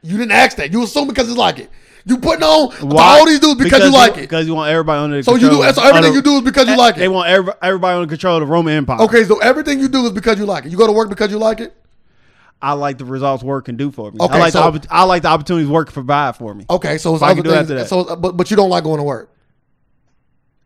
S2: You didn't ask that. You assume because it's like it. You putting on about
S1: Why?
S2: all these dudes because, you like it.
S1: Because you want everybody under. The
S2: So you
S1: control
S2: do
S1: of-
S2: so everything
S1: of-
S2: you do is because you like
S1: They
S2: it.
S1: want every, everybody under control of the Roman Empire.
S2: Okay, so everything you do is because you like it. You go to work because you like it.
S1: I like the results work can do for me.
S2: Okay,
S1: I like
S2: so-
S1: the oppor- I like the opportunities work can provide for me.
S2: Okay, so it's
S1: What I
S2: other
S1: can do
S2: things.
S1: after that.
S2: So, uh, but but you don't like going to work.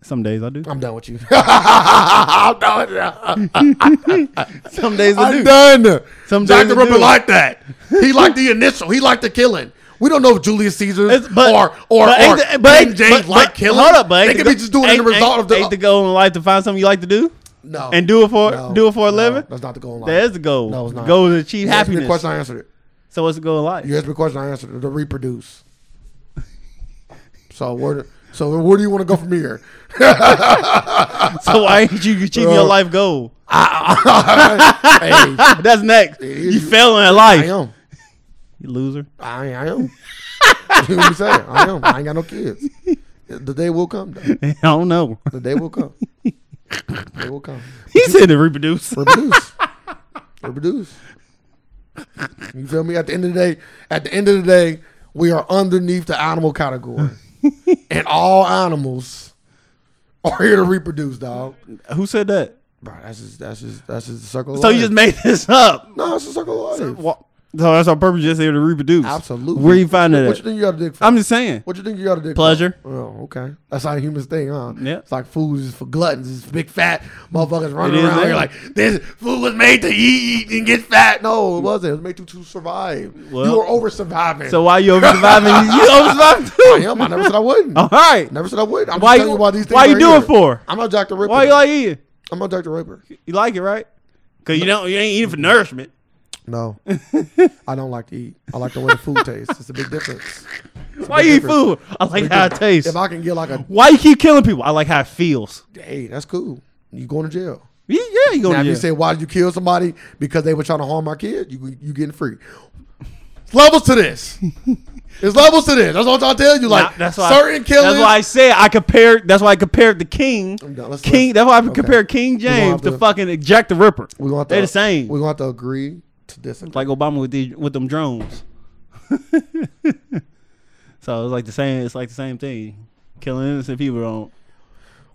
S1: Some days I do.
S2: I'm done with you. I'm done.
S1: Some days I
S2: I'm
S1: do.
S2: done.
S1: Some
S2: Jack
S1: days
S2: the
S1: I
S2: Ripper
S1: do.
S2: liked that. He liked the initial. He liked the killing. We don't know if Julius Caesar
S1: It's- but-
S2: or or,
S1: but
S2: or
S1: ain't the- but
S2: King
S1: ain't-
S2: James
S1: but-
S2: liked
S1: but
S2: killing.
S1: Hold up, but
S2: they
S1: ain't
S2: could
S1: the
S2: be
S1: go-
S2: just doing it the
S1: ain't-
S2: result
S1: ain't-
S2: of the
S1: ain't the goal in life to find something you like to do
S2: no
S1: and do it for
S2: No.
S1: do it for a
S2: No.
S1: living.
S2: That's not the goal. in life.
S1: That is the goal.
S2: No, it's not.
S1: The goal is to achieve
S2: You asked me a
S1: happiness.
S2: question. I answered it.
S1: So what's the goal in life?
S2: You asked me a question. I answered it. To reproduce. So where? do- So where do you want to go from here?
S1: So why ain't you achieving
S2: Uh,
S1: your life goal?
S2: hey,
S1: That's next.
S2: is.
S1: You failing at
S2: I
S1: life.
S2: am.
S1: You loser.
S2: I, I am. you know what I'm saying? I am. I ain't got no kids. The day will come, though.
S1: I don't know.
S2: The day will come. The day will come.
S1: He said to reproduce.
S2: Reproduce. Reproduce. You feel me? At the end of the day, at the end of the day, we are underneath the animal category. and all animals are here to reproduce, dog.
S1: Who said that?
S2: Bro, that's just that's just that's just the circle of
S1: So
S2: life.
S1: you just made this up.
S2: No, it's the circle of life.
S1: Wha- So that's our purpose, just here to reproduce.
S2: Absolutely.
S1: Where you find
S2: What you
S1: that? at?
S2: think you got to dig for?
S1: I'm just saying.
S2: What you think you got to do?
S1: Pleasure.
S2: Oh, okay. That's how humans think, huh?
S1: Yeah.
S2: It's like food is for gluttons. It's big fat motherfuckers running
S1: is
S2: around here
S1: now.
S2: like this food was made to eat, eat and get fat. No, it wasn't. It was made to, to survive. you
S1: Well-
S2: were over surviving.
S1: So why you over surviving? You over surviving
S2: I
S1: too.
S2: am. I never said I wouldn't.
S1: All right.
S2: Never said I would. I'm
S1: Oh. Why
S2: just telling
S1: you-
S2: you why these things
S1: why you
S2: are
S1: do
S2: here.
S1: it for?
S2: I'm not Dr. Ripper.
S1: Why you like eating?
S2: I'm not Dr. Ripper.
S1: You like it, right? Cause you don't. You ain't eating for nourishment.
S2: No. I don't like to eat. I like the way the food tastes. It's a big difference.
S1: Why you eat food? I like how it tastes.
S2: If I can get like a,
S1: Why you keep killing people? I like how it feels.
S2: hey, that's cool. You going to jail.
S1: Yeah, Oh, yeah, you
S2: Now,
S1: gonna
S2: if you
S1: jail.
S2: say, "Why did you kill somebody?" Because they were trying to harm my kid, you you getting free. Levels to this. There's levels to this. That's what I'm telling you. Like
S1: Nah, that's why
S2: certain killings.
S1: That's why I said I compared. That's why I compared the King.
S2: done. Let's-
S1: King. That's why I
S2: okay.
S1: compared King
S2: gonna
S1: James
S2: have
S1: to
S2: to-
S1: fucking Jack the Ripper.
S2: we're gonna have to,
S1: They're the same.
S2: We're gonna have to agree to disagree.
S1: like Obama with these with them drones. so it's like the same. It's like the same thing. Killing innocent people don't.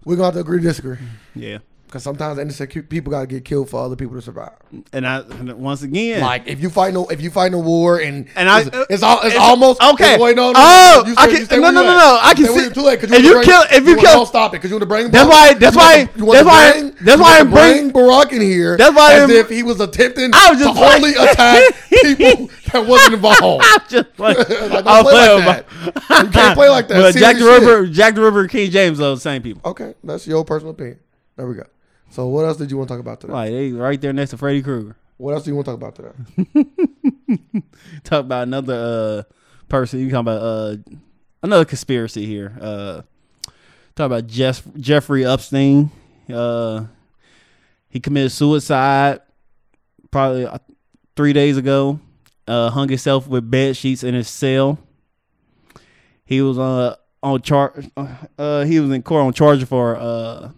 S2: We're gonna have to agree to disagree
S1: Yeah,
S2: because sometimes innocent cu- people gotta get killed for other people to survive.
S1: and I and once again.
S2: Like if you fight no, if you fight a war and
S1: And I- uh,
S2: it's, it's, al- it's almost
S1: okay.
S2: it's- wait, no, no,
S1: Oh,
S2: no, you
S1: I
S2: stay-
S1: can-
S2: you stay
S1: no,
S2: where
S1: no,
S2: you
S1: no,
S2: at.
S1: no, I
S2: You
S1: can
S2: stay where
S1: see-
S2: you- too late
S1: if
S2: 'cause wanna
S1: you
S2: bring-
S1: kill- if you
S2: wanna-
S1: kill-
S2: don't stop it because you want to bring.
S1: That's
S2: Barack-
S1: why- that's
S2: you wanna-
S1: why-
S2: you wanna
S1: that's why-
S2: bring-
S1: that's
S2: you
S1: why I
S2: wanna
S1: bring-
S2: Barack in here.
S1: That's why
S2: as
S1: I'm-
S2: if he was attempting
S1: I was just
S2: to only
S1: like-
S2: attack people that wasn't involved.
S1: just like,
S2: Like,
S1: I'll
S2: don't play
S1: play
S2: like
S1: with
S2: that. You can't play like that.
S1: But Jack the
S2: Serious shit.
S1: Ripper, Jack the Ripper, and King James though, the same people.
S2: Okay, that's your personal opinion. There we go. So what else did you want to talk about today?
S1: Like they right there next to Freddy Krueger.
S2: What else do you want to talk about today?
S1: Talk about another uh, person. You talking about uh, another conspiracy here. Uh, talk about Jeff, Jeffrey Epstein. Uh, he committed suicide probably uh, three days ago. Uh, hung himself with bed sheets in his cell. He was uh, on charge. Uh, he was in court on charge for uh,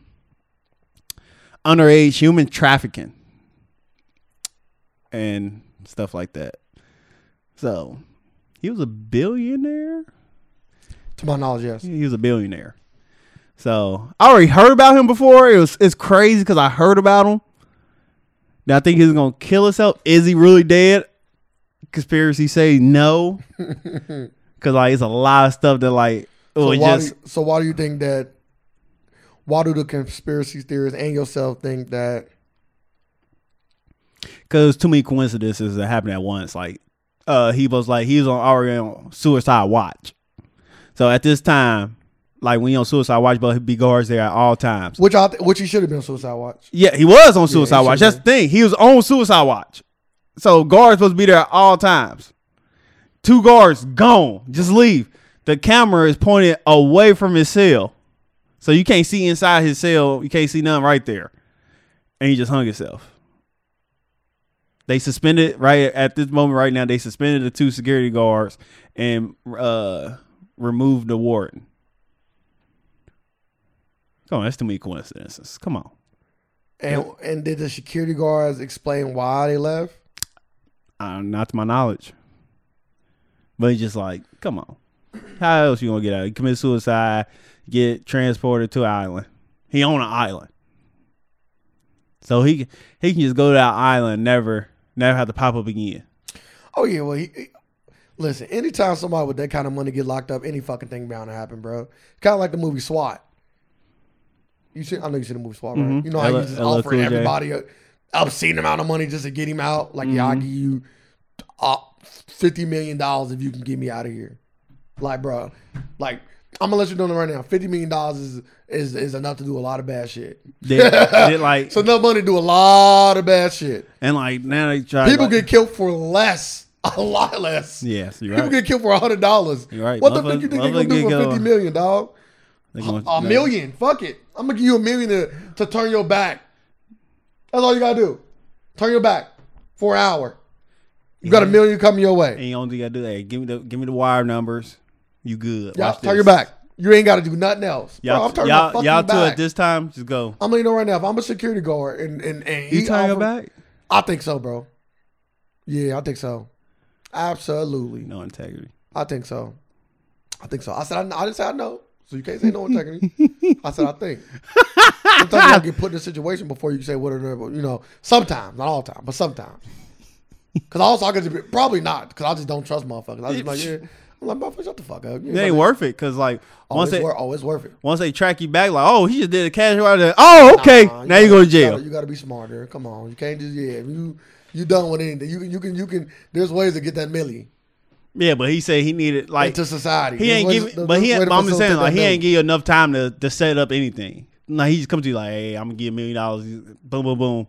S1: underage human trafficking and stuff like that. So he was a billionaire.
S2: to my knowledge, yes.
S1: He was a billionaire. So I already heard about him before. It was it's crazy because I heard about him. Now I think he's gonna kill himself. Is he really dead? Conspiracy say no, because like it's a lot of stuff that like it
S2: So
S1: was
S2: why,
S1: just
S2: do you, so why do you think that? Why do the conspiracy theorists and yourself think that?
S1: because too many coincidences that happened at once. Like uh, he was like he was on already on suicide watch. So at this time, like when you on suicide watch, but he'd be guards there at all times.
S2: Which I th- which he should have been on suicide watch.
S1: Yeah, he was on suicide
S2: he
S1: watch.
S2: should
S1: That's the thing. He was on suicide watch. So guards supposed to be there at all times. Two guards gone. Just leave. The camera is pointed away from his cell. So you can't see inside his cell. You can't see nothing right there. And he just hung himself. They suspended right at this moment right now, they suspended the two security guards and uh removed the warden. Come on, that's too many coincidences. Come on.
S2: And and did the security guards explain why they left?
S1: Uh, not to my knowledge. But it's just like, come on. How else you gonna get out? You commit suicide, get transported to an island. He on an island. So he he can just go to that island, never never have to pop up again.
S2: Oh yeah, well, he, he- listen. Anytime somebody with that kind of money get locked up, any fucking thing bound to happen, bro. Kind of like the movie SWAT. You see, I know you see the movie SWAT, right?
S1: Mhm.
S2: You know how
S1: LL
S2: you just
S1: LL
S2: offering
S1: Cool J.
S2: everybody a obscene amount of money just to get him out. Like, yeah, I'll
S1: Mm-hmm.
S2: give you uh, fifty million dollars if you can get me out of here. Like, bro, like I'm gonna let you know right now. Fifty million dollars is is is enough to do a lot of bad shit.
S1: They, they like
S2: It's enough money to do a lot of bad shit.
S1: and like now they try.
S2: People
S1: like,
S2: get killed for less, a lot less.
S1: yes, you're
S2: People
S1: right.
S2: get killed for hundred dollars.
S1: You're right.
S2: What the
S1: Motherfuckers-
S2: fuck you think they gonna
S1: motherfuckers
S2: do
S1: get
S2: for
S1: killed.
S2: fifty million, dog?
S1: They gonna-
S2: A million. Fuck it. I'm gonna give you a million to, to turn your back. That's all you gotta do. Turn your back for an hour. You got a million coming your way.
S1: And you only gotta do that. Give me the give me the wire numbers. You good?
S2: Y'all
S1: Watch
S2: turn your
S1: this.
S2: back. You ain't gotta do nothing else. Bro,
S1: Y'all,
S2: I'm turning my
S1: y'all,
S2: fucking
S1: y'all two
S2: back.
S1: at this time. Just go.
S2: I'm letting you know right now. If I'm a security guard and and, and
S1: You
S2: he
S1: turn your
S2: offer-
S1: back?
S2: I think so, bro. Yeah, I think so. Absolutely.
S1: No integrity.
S2: I think so. I think so. I said I, kn- I didn't say I know, so you can't say no integrity. I said I think. Sometimes you get put in a situation before you can say what or not, you know. Sometimes, not all the time, but sometimes. Because also I could just be, probably not because I just don't trust motherfuckers. I just be like yeah, I'm like motherfucker, shut the fuck up. You
S1: It ain't
S2: about
S1: worth it because like
S2: to-
S1: once
S2: oh,
S1: they
S2: it's, wor- oh, it's worth it.
S1: once they track you back, like oh he just did a casual. order. Oh okay,
S2: Nah,
S1: now you go
S2: gotta-
S1: to jail.
S2: gotta- You got to be smarter. Come on, you can't just yeah. if You you done with anything. You can you can you can. There's ways to get that milli
S1: yeah, but he said he needed like
S2: into society.
S1: he
S2: There's
S1: ain't
S2: ways-
S1: give,
S2: there's
S1: but he.
S2: ways to
S1: Ain't, but I'm just saying
S2: facilitate
S1: like he
S2: that
S1: ain't
S2: milli.
S1: give you enough time to to set up anything. Nah, he just comes to you like hey, I'm gonna give a million dollars. Boom, boom, boom,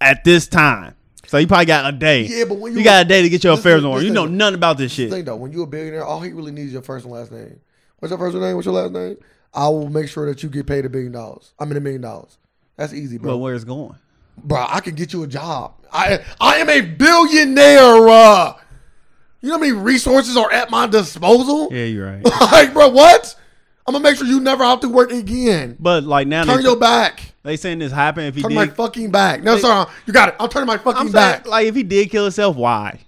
S1: at this time. So you probably got a day.
S2: Yeah, but when
S1: you,
S2: you-
S1: got a day to get your
S2: this
S1: affairs
S2: thing-
S1: in order.
S2: this
S1: You know
S2: thing-
S1: nothing about this shit.
S2: thing though, when you a billionaire, all he really needs is your first and last name. What's your first name? What's your last name? I will make sure that you get paid a billion dollars. I mean a million dollars. That's easy,
S1: but
S2: bro.
S1: where it's going?
S2: bro, I can get you a job. I I am a billionaire. Uh, you know how many resources are at my disposal?
S1: Yeah, you're right.
S2: like, bro, what? I'm gonna make sure you never have to work again.
S1: But like now
S2: Turn
S1: they,
S2: your back.
S1: they saying this happened if he
S2: Turn
S1: did.
S2: my fucking back. No, sir. You got it. I'm turning my fucking
S1: I'm saying
S2: back.
S1: like if he did kill himself, why?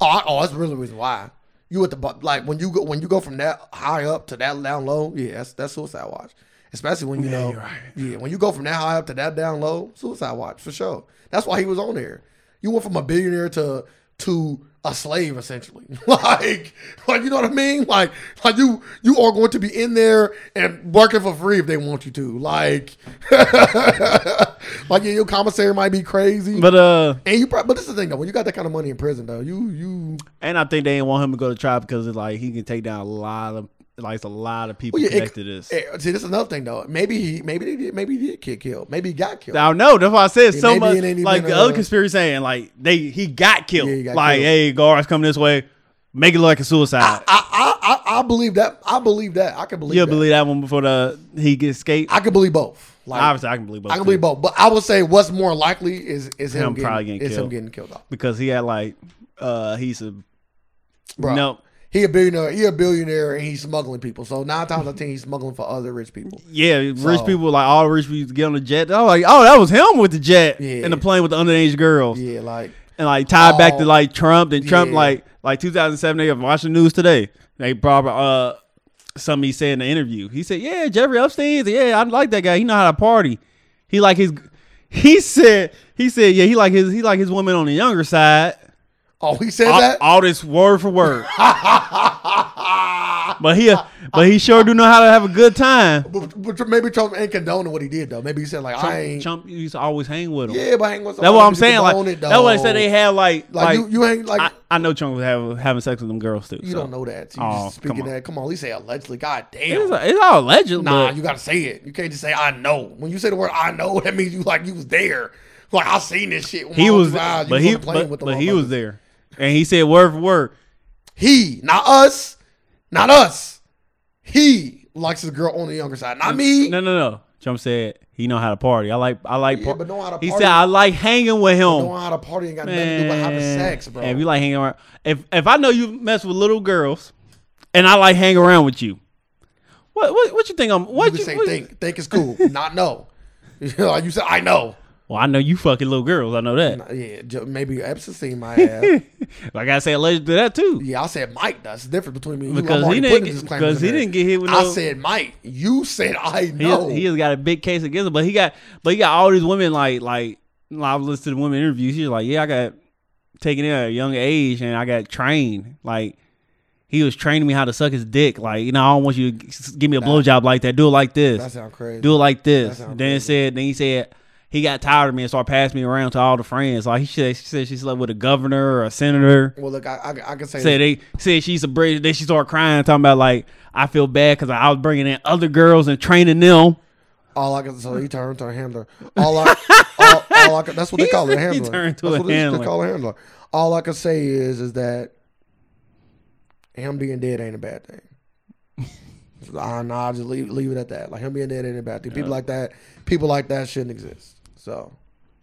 S2: Oh, I, oh, that's really the reason why. You at the bu- like when you go when you go from that high up to that down low. Yeah, that's that's suicide watch. Especially when you know,
S1: you're right.
S2: yeah, when you go from that high up to that down low, suicide watch for sure. That's why he was on there. You went from a billionaire to to a slave essentially. like, like you know what I mean? Like, like you you are going to be in there and working for free if they want you to. Like, like yeah, your commissary might be crazy.
S1: But uh,
S2: and you, prob- but this is the thing though. When you got that kind of money in prison though, you you
S1: and I think they didn't want him to go to trial because it's like he can take down a lot of like it's a lot of people
S2: Well, yeah, it-
S1: connected to this.
S2: Eh, See, this is another thing though. Maybe he, maybe they did, maybe he did get killed. Maybe he got killed.
S1: I don't know. That's why I said
S2: Yeah,
S1: so
S2: maybe
S1: much.
S2: it ain't even,
S1: Like the
S2: uh,
S1: other conspiracy saying, like they he got killed.
S2: Yeah, he got
S1: like
S2: killed.
S1: hey, guards coming this way, make it look like a
S2: I,
S1: suicide.
S2: I, I, I believe that. I believe that. I can believe.
S1: You'll
S2: that.
S1: believe that one before the he gets escaped.
S2: I can believe both. Like
S1: Obviously, I can believe both.
S2: I can believe both. But I would say what's more likely is is him,
S1: Him
S2: getting,
S1: probably getting
S2: is him
S1: killed.
S2: getting killed off.
S1: because he had like uh he's a
S2: Bro,
S1: no
S2: he a billionaire. He a billionaire and he's smuggling people. So nine times out of ten, he's smuggling for other rich people.
S1: yeah rich
S2: So-
S1: people like all rich people get on the jet. I was like oh that was him with the jet
S2: Yeah.
S1: and the plane with the underage girls.
S2: Yeah, like
S1: and like tied back to
S2: Oh,
S1: like Trump. Then Trump
S2: yeah.
S1: like like 2007. They I'm watching the news today. They brought uh something he said in the interview. He said, "Yeah, Jeffrey Epstein. Yeah, I like that guy. He know how to party. He like his. He said he said yeah. He like his he like his women on the younger side.
S2: oh, he said
S1: All,
S2: that.
S1: all this word for word. but he uh, but he sure do know how to have a good time.
S2: Ah. But, but maybe Trump ain't condoning what he did though. Maybe he said like I ain't.
S1: Trump used to always hang with him.
S2: Yeah, but hang with
S1: That's
S2: somebody
S1: what I'm
S2: who
S1: saying.
S2: condone
S1: Like
S2: it,
S1: that's what I
S2: though.
S1: said. They had like
S2: like,
S1: like,
S2: you, you ain't like
S1: I, I know Trump was have, having sex with them girls too.
S2: You
S1: so.
S2: don't know that. So you
S1: Oh,
S2: just speaking
S1: come on.
S2: that. Come on, at least say allegedly. God
S1: It was
S2: damn.
S1: a- It's, all legend.
S2: Nah,
S1: but
S2: you gotta say it. You can't just say I know. When you say the word I know, that means you like you was there. Like I seen this shit. With my
S1: he
S2: own
S1: was,
S2: two eyes. You
S1: but
S2: was
S1: he,
S2: on the plane
S1: but,
S2: with the
S1: but he was
S2: motherfuckers.
S1: there, and he said word for word.
S2: He, not us, not us. He likes his girl on the younger side, not me.
S1: No, no, no. Trump said he know how to party. I like, I like.
S2: Yeah,
S1: par-
S2: but know how to
S1: he
S2: party-
S1: said I like hanging with
S2: Knowing
S1: him.
S2: how to party ain't got nothing to do with having
S1: Man,
S2: sex, bro.
S1: If you like hanging around, if if I know you mess with little girls, and I like hang around with you, what what, what you think I'm? What
S2: you
S1: you,
S2: just say
S1: what-
S2: think, think is cool, not know. You know, you said I know.
S1: Well, I know you fucking little girls. I know that.
S2: Yeah, ju- maybe Epstein might have.
S1: Like I gotta say, alleged to that too.
S2: Yeah, I said Mike. That's the difference between me and
S1: Because
S2: you. I'm
S1: he
S2: already
S1: didn't
S2: putting
S1: get-
S2: a disclaimer
S1: because
S2: in
S1: he
S2: there.
S1: didn't get hit with
S2: I
S1: no-
S2: said Mike. You said I
S1: He,
S2: know.
S1: he has got a big case against him, but he got but he got all these women like like I've listened to the women interviews. She's like, yeah, I got taken in at a young age, and I got trained. Like he was training me how to suck his dick. Like you know, I don't want you to g- s- give me a blowjob like that. Do it like this.
S2: That sounds crazy.
S1: do it like this.
S2: That sounds
S1: Then
S2: crazy.
S1: said, then he said he got tired of me and started passing me around to all the friends. Like he said, she said she slept with a governor or a senator.
S2: Well, look, I, I, I can say,
S1: Said
S2: this.
S1: they said she's a bridge. Then she started crying, talking about like I feel bad because I was bringing in other girls and training them.
S2: all I can. So he turned to a handler. All I, all, all I can, that's what they call it, a
S1: He
S2: handler.
S1: turned to
S2: that's
S1: a
S2: what they used
S1: handler.
S2: call a handler. All I can say is, is that him being dead ain't a bad thing. Ah, nah, just leave, leave it at that. Like him being dead ain't a bad thing. People like that, people like that shouldn't exist. So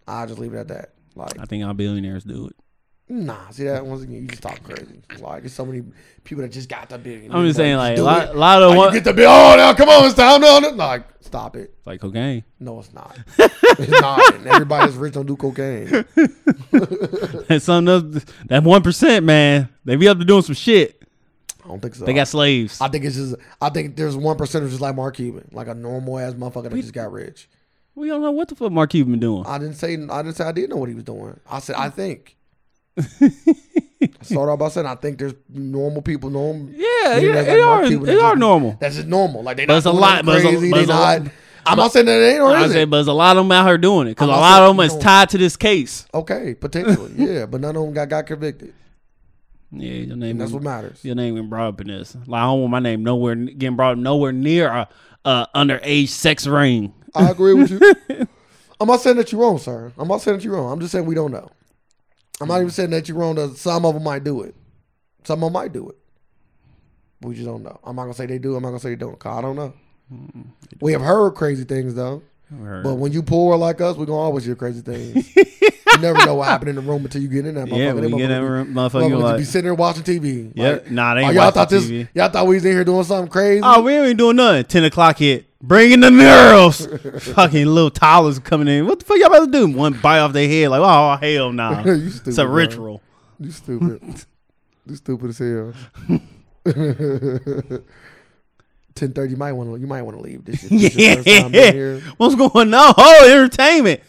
S2: I just leave it at that. Like
S1: I think our billionaires do it.
S2: Nah, see that once again, you just talk crazy. Like it's so many people that just got the billion.
S1: I'm just saying, like a
S2: do
S1: lot,
S2: it.
S1: lot of
S2: Like,
S1: one,
S2: you get the bill. Oh, now come on, it's time. No, no, like stop it.
S1: like cocaine.
S2: No, it's not. it's not. And everybody that's rich don't do cocaine.
S1: And some of those- that one percent man, they be up to doing some shit.
S2: I don't think so.
S1: They got slaves.
S2: I think it's just. I think there's one percent just like Mark Cuban, like a normal ass motherfucker that just got rich.
S1: we don't know what the fuck Mark Cuban doing.
S2: I didn't say. I didn't say I didn't know what he was doing. I said I think. I started off by saying I think there's normal people,
S1: Yeah,
S2: normal. people
S1: yeah,
S2: that
S1: they
S2: got Mark
S1: are.
S2: Cuban
S1: They
S2: that
S1: are
S2: just-
S1: normal.
S2: That's just normal. Like they
S1: But
S2: not
S1: it's a
S2: doing
S1: lot-
S2: nothing
S1: but it's a-
S2: crazy.
S1: but
S2: They
S1: it's a lot-
S2: not. I'm not saying that it ain't or
S1: I
S2: is
S1: said,
S2: it?
S1: but there's a lot of them out here doing it because a
S2: I'm not
S1: lot
S2: saying
S1: of them
S2: you
S1: is
S2: don't-
S1: tied to this case.
S2: Okay, potentially, yeah. But none of them got, got convicted.
S1: Yeah, your name.
S2: And that's what
S1: been-
S2: matters.
S1: Your name been brought up in this. Like I don't want my name nowhere getting brought up nowhere near a, a underage sex ring.
S2: I agree with you. I'm not saying that you're wrong, sir. I'm not saying that you're wrong. I'm just saying we don't know. I'm
S1: Mm.
S2: not even saying that you're wrong. That some of them might do it. Some of them might do it. We just don't know. I'm not gonna say they do. I'm not gonna say they don't. 'cause I don't know. We have heard crazy things though. But when you poor like us, we're gonna always hear crazy things. you never know what happened in the room until you get in that motherfucker.
S1: yeah, when
S2: That
S1: you get that
S2: motherfucker
S1: room,
S2: be-
S1: motherfucker, you
S2: motherfucker just
S1: like,
S2: be sitting there watching TV.
S1: Yep.
S2: Like,
S1: Nah, they ain't
S2: oh, y'all
S1: watching
S2: thought this.
S1: TV.
S2: Y'all thought we was in here doing something crazy.
S1: oh, we ain't doing nothing. Ten o'clock hit. Bringing the girls. Fucking little toddlers coming in. What the fuck y'all about to do? One bite off their head. Like, oh hell nah.
S2: You stupid,
S1: it's a
S2: bro.
S1: ritual.
S2: You stupid. you stupid as hell. Ten thirty. You might want to. You might want to leave. This is this your first time in here.
S1: What's going on? Oh, entertainment.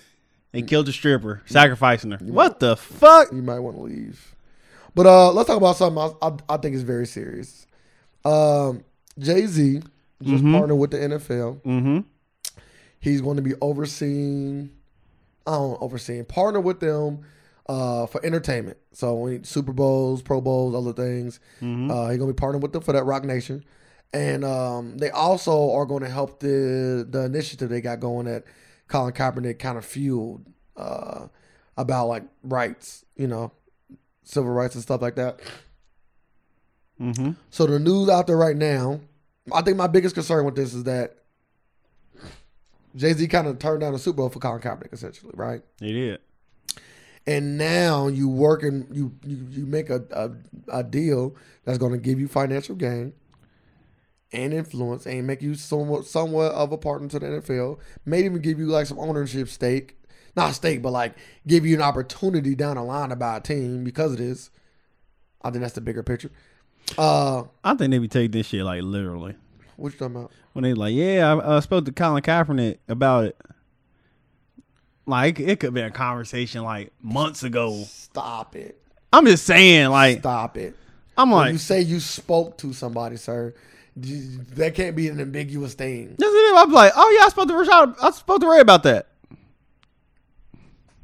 S1: They killed the stripper,
S2: Mm.
S1: sacrificing her. What the fuck?
S2: You might want to leave. But uh, let's talk about something I, I, I think is very serious. Um, Jay Z just partnered with the NFL.
S1: Mm-hmm.
S2: He's going to be overseeing. I don't know, overseeing partner with them uh, for entertainment. So when he- Super Bowls, Pro Bowls, other things. Uh, he's gonna be partnering with them for that Rock Nation, and um, they also are going to help the the initiative they got going at Colin Kaepernick kind of fueled uh, about like rights, you know, civil rights and stuff like that.
S1: Mm-hmm.
S2: So the news out there right now, I think my biggest concern with this is that Jay Z kind of turned down the Super Bowl for Colin Kaepernick, essentially, right?
S1: They did.
S2: and now you work and you you, you make a, a a deal that's going to give you financial gain and influence and make you somewhat somewhat of a partner to the NFL. May even give you like some ownership stake, not stake, but like give you an opportunity down the line to buy a team because of this. I think that's the bigger picture. Uh,
S1: I think they be taking this shit like literally.
S2: what you talking about?
S1: When they like, yeah, I, I spoke to Colin Kaepernick about it. Like it could be a conversation like months ago.
S2: Stop it!
S1: I'm just saying, like
S2: Stop it!
S1: I'm
S2: When
S1: like,
S2: you
S1: yes,
S2: say you spoke to somebody, sir, you- that can't be an ambiguous thing.
S1: it is. I'm like, oh yeah, I spoke to Rashad. I spoke to Ray about that.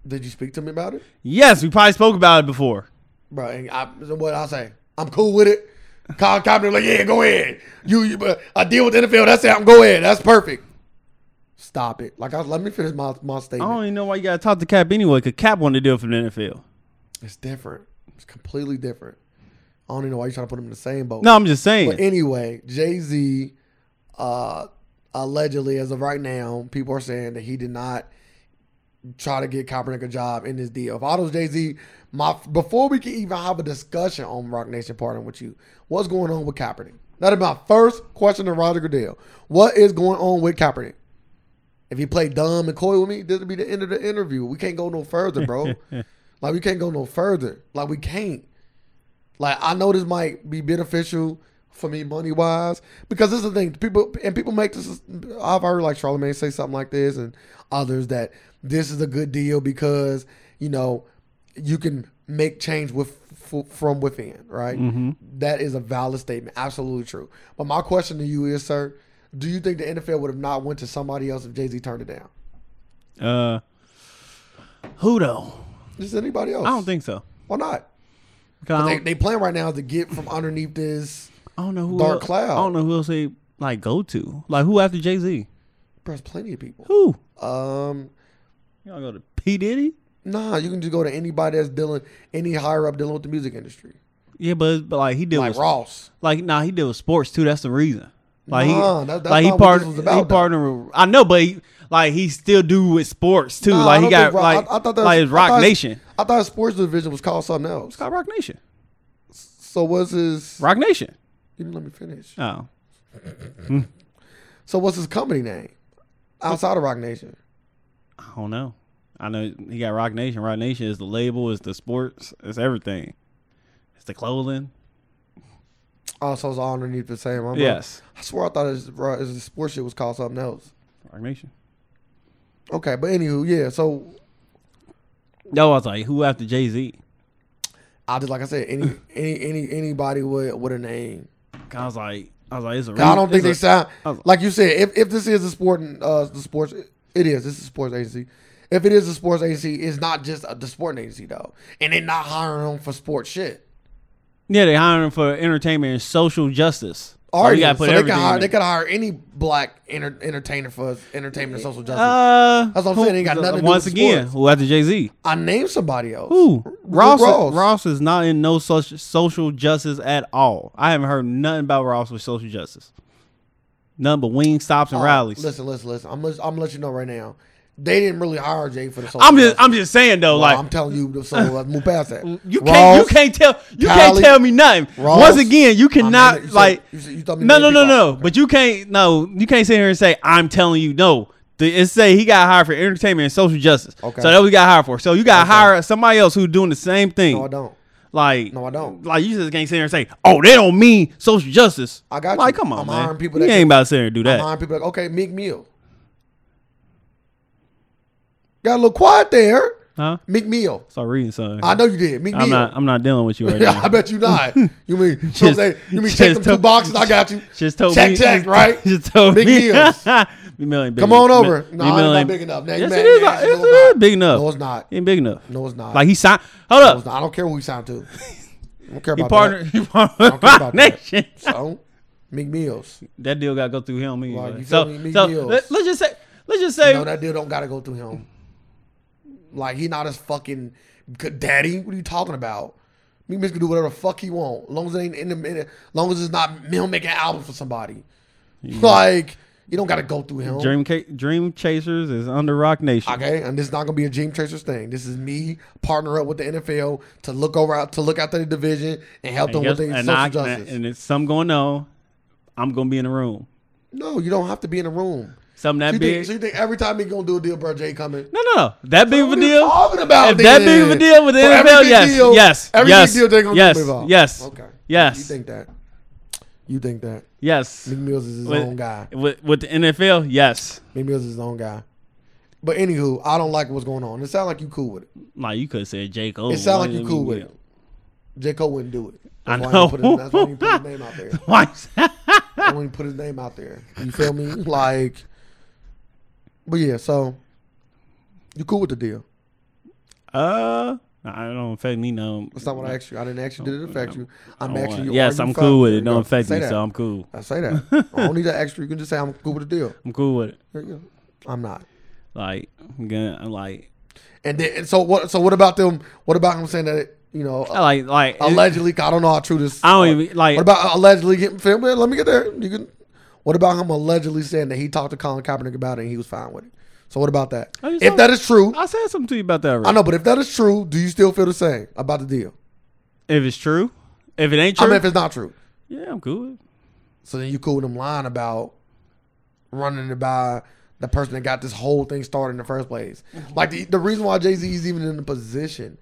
S2: Did you speak to me about it?
S1: Yes, we probably spoke about it before.
S2: bro. And I, so what I say, I'm cool with it. Kyle Kaepernick like, yeah, go ahead. You, you but I deal with the NFL. That's it. I'm go ahead. That's perfect. Stop it. Like, I, let me finish my my
S1: I
S2: statement.
S1: don't even know why you gotta talk to Cap anyway, cause Cap wanted to deal for the NFL.
S2: It's different. It's completely different. I don't even know why you're trying to put them in the same boat.
S1: No, I'm just saying.
S2: But anyway, Jay Z, uh, allegedly, as of right now, people are saying that he did not try to get Kaepernick a job in this deal. If I was Jay Z, my before we can even have a discussion on Rock Nation partnering with you, what's going on with Kaepernick? That is my first question to Roger Goodell. What is going on with Kaepernick? If he played dumb and coy with me, this would be the end of the interview. We can't go no further, bro. like we can't go no further. Like we can't. Like I know this might be beneficial for me money wise because this is the thing people and people make this. I've heard like Charlamagne say something like this and others that this is a good deal because you know you can make change with f- from within, right?
S1: Mm-hmm.
S2: That is a valid statement, absolutely true. But my question to you is, sir, do you think the NFL would have not went to somebody else if Jay Z turned it down?
S1: Uh, who though?
S2: Just anybody else?
S1: I don't think so.
S2: Why not?
S1: 'Cause I
S2: They,
S1: don't,
S2: they plan right now is to get from underneath this.
S1: I don't know who.
S2: Dark
S1: else-
S2: Cloud.
S1: I don't know who else they like go to. Like who after Jay Z?
S2: There's plenty of people.
S1: Who?
S2: Um,
S1: Y'all go to P Diddy?
S2: nah, you can just go to anybody that's dealing any higher up dealing with the music industry,
S1: Yeah, but, but like he did
S2: like
S1: with
S2: Ross.
S1: like nah he did with sports too. That's the reason. Like
S2: Nah,
S1: he
S2: that- that's
S1: like he
S2: not what
S1: part
S2: this was
S1: he
S2: about, though.
S1: partnered. With, I know, but he, like he still do with sports too.
S2: Nah, I
S1: like he
S2: don't
S1: got
S2: think Ro- I-
S1: like
S2: I thought that
S1: like
S2: was-
S1: his
S2: I
S1: Rock
S2: thought his-
S1: Nation.
S2: I thought his sports division was called something else.
S1: It's called Rock Nation.
S2: So what's his?
S1: Rock Nation.
S2: You didn't let me finish.
S1: Oh,
S2: So what's his company name outside of Rock Nation?
S1: I don't know. I know he got Rock Nation. Rock Nation is the label. It's the sports. It's everything. It's the clothing.
S2: Oh, so it's all underneath the same. umbrella.
S1: Yes,
S2: I swear I thought his, bro, his sports shit was called something else.
S1: Rock Nation.
S2: Okay, but anywho, yeah. So
S1: No, I was like, who after Jay Z?
S2: I just like I said, any any any anybody with with a name.
S1: I was like, I was like, it's a.
S2: I don't think they
S1: it's
S2: sound
S1: I was-
S2: like you said. If if this is a sport, uh, the sports, it is. This is a sports agency. If it is a sports agency, it's not just a, the sporting agency though, and they're not hiring them for sports shit.
S1: a- yeah, they hired him for entertainment and social justice.
S2: All right,
S1: Oh, you gotta put
S2: so they
S1: everything.
S2: can hire
S1: in
S2: they
S1: there.
S2: could hire any black enter, entertainer for entertainment and social justice.
S1: Uh,
S2: That's what I'm saying. It ain't got
S1: who-
S2: nothing to do
S1: Once
S2: with
S1: again,
S2: sports.
S1: who after Jay Z?
S2: I named somebody else.
S1: Who? Ross,
S2: Ross.
S1: Ross. is not in no social social justice at all. I haven't heard nothing about Ross with social justice. None but wing stops and
S2: Uh,
S1: rallies.
S2: Listen, listen, listen. I'm gonna- I'm gonna let you know right now. They didn't really hire Jay for the social.
S1: I'm just
S2: justice.
S1: I'm just saying though,
S2: Well,
S1: like
S2: I'm telling you. So let's move past that.
S1: you can't
S2: Ross,
S1: you can't tell you
S2: Tally,
S1: can't tell me nothing.
S2: Ross.
S1: Once again, you
S2: I mean,
S1: cannot
S2: you said-
S1: like
S2: you said- you told me
S1: no no
S2: name
S1: no
S2: people.
S1: no. But you can't no you can't sit here and say I'm telling you no. The- It say he got hired for entertainment and social justice.
S2: Okay.
S1: So that we got hired for. So you got to hire somebody else who's doing the same thing.
S2: No, I don't.
S1: Like
S2: No, I don't.
S1: Like you just can't sit here and say, "Oh, they don't mean social justice."
S2: I got
S1: Like,
S2: you.
S1: come on,
S2: I'm hiring
S1: man.
S2: people
S1: you
S2: that
S1: ain't
S2: can-
S1: about to sit here and do that.
S2: Behind people like, okay, Meek Mill. Got a little quiet there.
S1: Huh?
S2: Meek Mill.
S1: Start reading something.
S2: I know you did. Meek
S1: I'm
S2: Mill.
S1: not. I'm not dealing with you right
S2: I
S1: now.
S2: bet you not. You mean so I'm saying, you mean check
S1: just
S2: them two
S1: told-
S2: boxes? I got you.
S1: Just told
S2: check,
S1: me.
S2: check, right?
S1: Just told
S2: Big
S1: me.
S2: deals.
S1: Meek Mill ain't big
S2: Come on
S1: enough.
S2: over.
S1: Meek
S2: No, nah,
S1: Mill
S2: it's not
S1: ain't-
S2: big enough. Now,
S1: Yes,
S2: man,
S1: it is. Yes,
S2: yes, no,
S1: it
S2: it's
S1: is
S2: not.
S1: big enough.
S2: No, it's not.
S1: He ain't big enough.
S2: No, it's not.
S1: Like he signed. Hold
S2: I
S1: up.
S2: don't care who he sound to. I don't care
S1: He
S2: about
S1: partnered. He partnered.
S2: don't care about
S1: with
S2: that.
S1: Nation.
S2: that. So, Meek Mills.
S1: That deal got to go through him. Anyway.
S2: you feel
S1: so,
S2: me? Meek
S1: so
S2: Mills.
S1: let, us just say. Let's just say.
S2: No, that deal don't gotta go through him. Like he not his fucking good daddy. What are you talking about? Meek Mill can do whatever the fuck he want, long as it ain't in the minute. Long as it's not him making an album for somebody. Like you don't gotta go through him.
S1: Dream, Ca- Dream Chasers is under Rock Nation.
S2: Okay, and this is not gonna be a Dream Chasers thing. This is me partner up with the NFL to look over out to look after the division and help them
S1: guess-
S2: with their social
S1: I-
S2: justice.
S1: and it's something going on. I'm gonna be in the room.
S2: no, you don't have to be in the room.
S1: Something that
S2: So you,
S1: big.
S2: think, so you think every time he gonna do a deal, bro? Jay coming?
S1: no, no, no. That big of
S2: What
S1: a
S2: are you
S1: deal.
S2: talking about
S1: if that
S2: then?
S1: big of a deal with the
S2: For every
S1: NFL,
S2: big
S1: yes,
S2: deal-
S1: yes,
S2: every
S1: yes,
S2: big deal they're gonna
S1: yes,
S2: move on.
S1: yes,
S2: Okay.
S1: yes,
S2: You think that? You think that?
S1: yes.
S2: Meek Mills is his
S1: With-
S2: own guy.
S1: With, with the NFL, yes.
S2: Meek Mills is his own guy. But anywho, I don't like what's going on. It sounds like you cool with it.
S1: Like you could have said J Cole.
S2: It sounds
S1: Why
S2: like you
S1: did
S2: cool
S1: we-
S2: with it. J Cole wouldn't do it.
S1: I
S2: That's why
S1: know.
S2: he put his- That's why he put his name out there.
S1: Why?
S2: I don't even put his name out there. You feel me? Like, but yeah. So you cool with the deal?
S1: uh, I don't affect me. No,
S2: That's not what I asked you. I didn't ask you.
S1: Oh,
S2: Did it affect you? I'm asking you.
S1: Yes,
S2: are you
S1: I'm
S2: fine?
S1: cool with
S2: There
S1: it.
S2: you
S1: Don't
S2: go.
S1: affect
S2: Say
S1: me,
S2: that.
S1: so I'm cool.
S2: I say that. I don't need that extra. You can just say I'm cool with the deal.
S1: I'm cool with it.
S2: There you go. I'm not.
S1: Like, I'm gonna, I'm like,
S2: And then and so what? So what about them? What about him saying that? It, you know,
S1: I like, like,
S2: allegedly. I don't know how true this.
S1: Oh, I don't even like.
S2: What about allegedly getting filmed? Let me get there. You can. What about him allegedly saying that he talked to Colin Kaepernick about it and he was fine with it? So what about that?
S1: I just
S2: If
S1: don't-
S2: that is true,
S1: I said something to you about that. Already.
S2: I know, but if that is true, do you still feel the same about the deal?
S1: If it's true, if it ain't
S2: I
S1: true,
S2: mean, if it's not true,
S1: yeah, I'm cool. with it.
S2: so then you cool with him lying about running it by the person that got this whole thing started in the first place. Like the, the reason why Jay Z is even in the position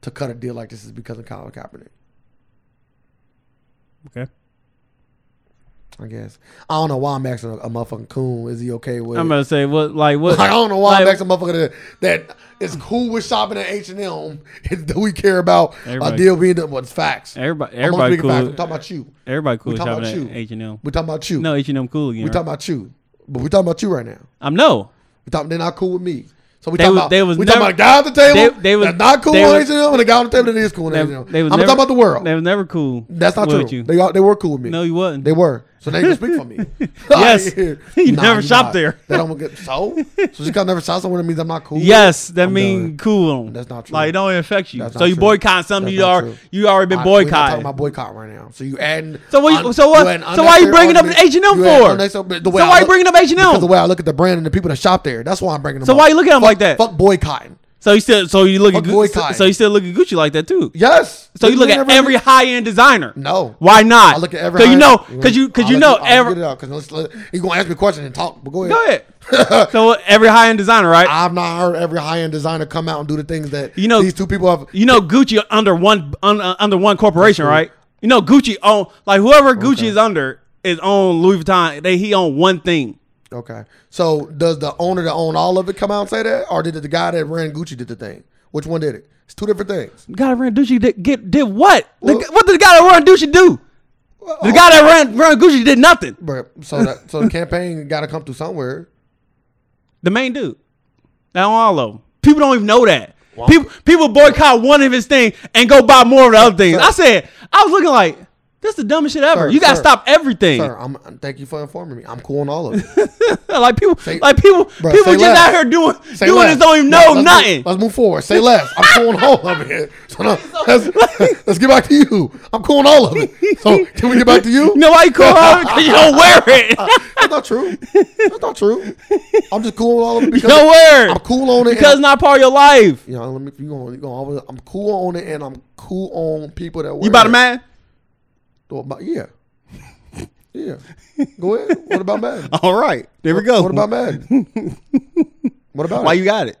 S2: to cut a deal like this is because of Colin Kaepernick.
S1: Okay.
S2: I guess I don't know why I'm asking a, a motherfucking coon. Is he okay with?
S1: I'm
S2: it?
S1: gonna say what like what
S2: Like, I don't know why I'm
S1: like-
S2: asking a motherfucker that, that is cool with shopping at H and M. Do we care about a
S1: Everybody-
S2: deal being done? What's facts?
S1: everybody
S2: I'm
S1: everybody
S2: speaking facts. I'm
S1: cool
S2: talking about you.
S1: everybody cool
S2: We talking
S1: shopping
S2: about
S1: at
S2: you.
S1: H and M.
S2: We're talking about you.
S1: No H and M cool again.
S2: we're
S1: right?
S2: talking about you. But we're talking about you right now.
S1: I'm no.
S2: We talking they're not cool with me. So we
S1: They
S2: talking
S1: was-
S2: about
S1: they was
S2: we
S1: never-
S2: talking about a guy at the table
S1: they- they was-
S2: that's not cool
S1: they
S2: with
S1: was-
S2: H&M and the guy on the table that is cool with
S1: They-
S2: H&M.
S1: they
S2: I'm
S1: was
S2: talking
S1: never-
S2: about the world.
S1: They was never cool.
S2: that's not
S1: with
S2: true.
S1: You.
S2: They all- they were cool with me.
S1: no, you wasn't.
S2: They were. So they can speak for me.
S1: Yes. You never
S2: you
S1: shopped there.
S2: They don't get so. So just because I never shop somewhere, that means I'm not cool. with it?
S1: Yes, that
S2: I'm
S1: mean
S2: done.
S1: cool.
S2: That's not true.
S1: Like it don't affect you.
S2: That's
S1: so
S2: not
S1: you
S2: true.
S1: boycott something
S2: That's
S1: you
S2: not
S1: are
S2: true.
S1: you already been
S2: I- we're not talking
S1: boycotted.
S2: about boycott right now. So you adding.
S1: So what you- so what-
S2: adding
S1: so why you bringing up
S2: unnecessary
S1: H&M
S2: argument. You
S1: for?
S2: adding unnecessary-
S1: So
S2: the way I
S1: why you
S2: look-
S1: bringing up H&M?
S2: Because the way I look at the brand and the people that shop there. That's why I'm bringing them.
S1: So
S2: up.
S1: why you looking at 'em
S2: Fuck-
S1: like that?
S2: Fuck boycotting.
S1: so you still so you look at
S2: Fuck
S1: Gu-
S2: boycotting.
S1: so you still look at Gucci like that too.
S2: Yes.
S1: So you look at every high end designer.
S2: No.
S1: Why not?
S2: I look at every.
S1: Cause you know,
S2: high-
S1: cause you, cause
S2: I'll
S1: you
S2: let
S1: know,
S2: I'll
S1: every.
S2: Get it out, cause let's, let, you gonna ask me a question and talk. But go ahead.
S1: Go ahead. so uh, every high end designer, right?
S2: I've not heard every high end designer come out and do the things that
S1: You know-
S2: these two people have.
S1: you know Gucci under one un, uh, under one corporation, right? You know Gucci own like whoever Gucci is under is own Louis Vuitton. They he own one thing.
S2: Okay. So does the owner that owned all of it come out and say that, or did it the guy that ran Gucci did the thing? Which one did it? It's two different things.
S1: The guy that ran Gucci did get did what? The
S2: Well-
S1: g- what did the guy that ran Gucci do? The guy that ran ran Gucci did nothing.
S2: But so that so the campaign got to come through somewhere.
S1: The main dude. Now all of them. People don't even know that.
S2: Wow.
S1: People people boycott one of his things and go buy more of the other things.
S2: sir.
S1: I said I was looking like this the dumbest shit ever.
S2: Sir,
S1: you gotta
S2: sir.
S1: stop everything.
S2: Sir, I'm thank you for informing me. I'm cool on all of it.
S1: like people like people
S2: Bruh,
S1: people
S2: say
S1: just
S2: less.
S1: out here doing
S2: Say
S1: doing
S2: less.
S1: this don't even
S2: Let-
S1: know
S2: let's
S1: nothing.
S2: Move, let's move forward. Say less. I'm cool on all of it. So no, let's, let's get back to you. I'm cool on all of it. So can we get back to you?
S1: You know why you call her? Because you don't wear it.
S2: That's not true. That's not true. I'm just cool on all of it because
S1: don't wear
S2: I'm
S1: it.
S2: cool on it. and
S1: Because it's not part of your life.
S2: You know, let me. You going? You going? Always, I'm cool on it, and I'm cool on people that. Wear
S1: You about
S2: it.
S1: a man?
S2: Well, about- yeah, yeah. Go ahead. What about Madden?
S1: All right. There we go.
S2: What about Madden? What about
S1: Why
S2: it?
S1: you got it?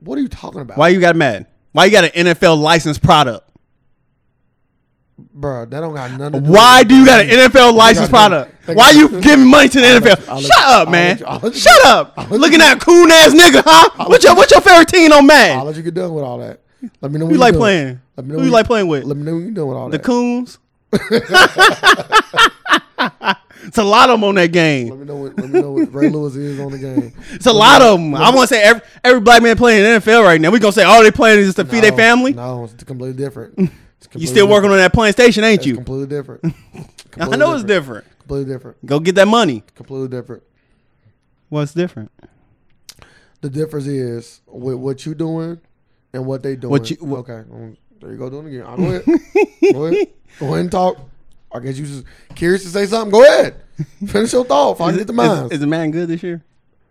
S2: What are you talking about,
S1: Why you got mad? Why you got an NFL licensed product?
S2: bro? That don't got nothing. To do
S1: Why
S2: with
S1: do you got an NFL licensed
S2: Thank you.
S1: product?
S2: Thank
S1: Why
S2: you.
S1: you giving money to the
S2: I'll
S1: NFL?
S2: let-
S1: Shut up,
S2: I'll
S1: man.
S2: let you- I'll let you-
S1: Shut up.
S2: let
S1: Looking
S2: you-
S1: at coon ass nigga, huh? What's your what's your favorite team on
S2: I'll
S1: man?
S2: let you get done with all that. Let me know.
S1: Who you
S2: when
S1: like
S2: done.
S1: playing?
S2: Let me know
S1: Who
S2: when
S1: you like playing with?
S2: Let me know when you done with all
S1: The
S2: that.
S1: coons. It's a lot of them on that game.
S2: let me know. What, let me know what Ray Lewis is on the game.
S1: It's a lot of them. I want to say every, every black man playing in the NFL right now. We gonna say all they playing is just to feed their
S2: No,
S1: family.
S2: No, it's completely different.
S1: You still working on that playing station, ain't you?
S2: Completely different.
S1: I know it's different.
S2: Completely different.
S1: Go get that money.
S2: Completely different.
S1: What's different?
S2: The difference is with what you doing and what they doing.
S1: What you- wh-
S2: okay, mm, there you go doing it again. I'll go ahead. go ahead. Go ahead and talk. I guess you just curious to say something. Go ahead. Finish your thought. Before I can get the mine.
S1: Is, is the man good this year?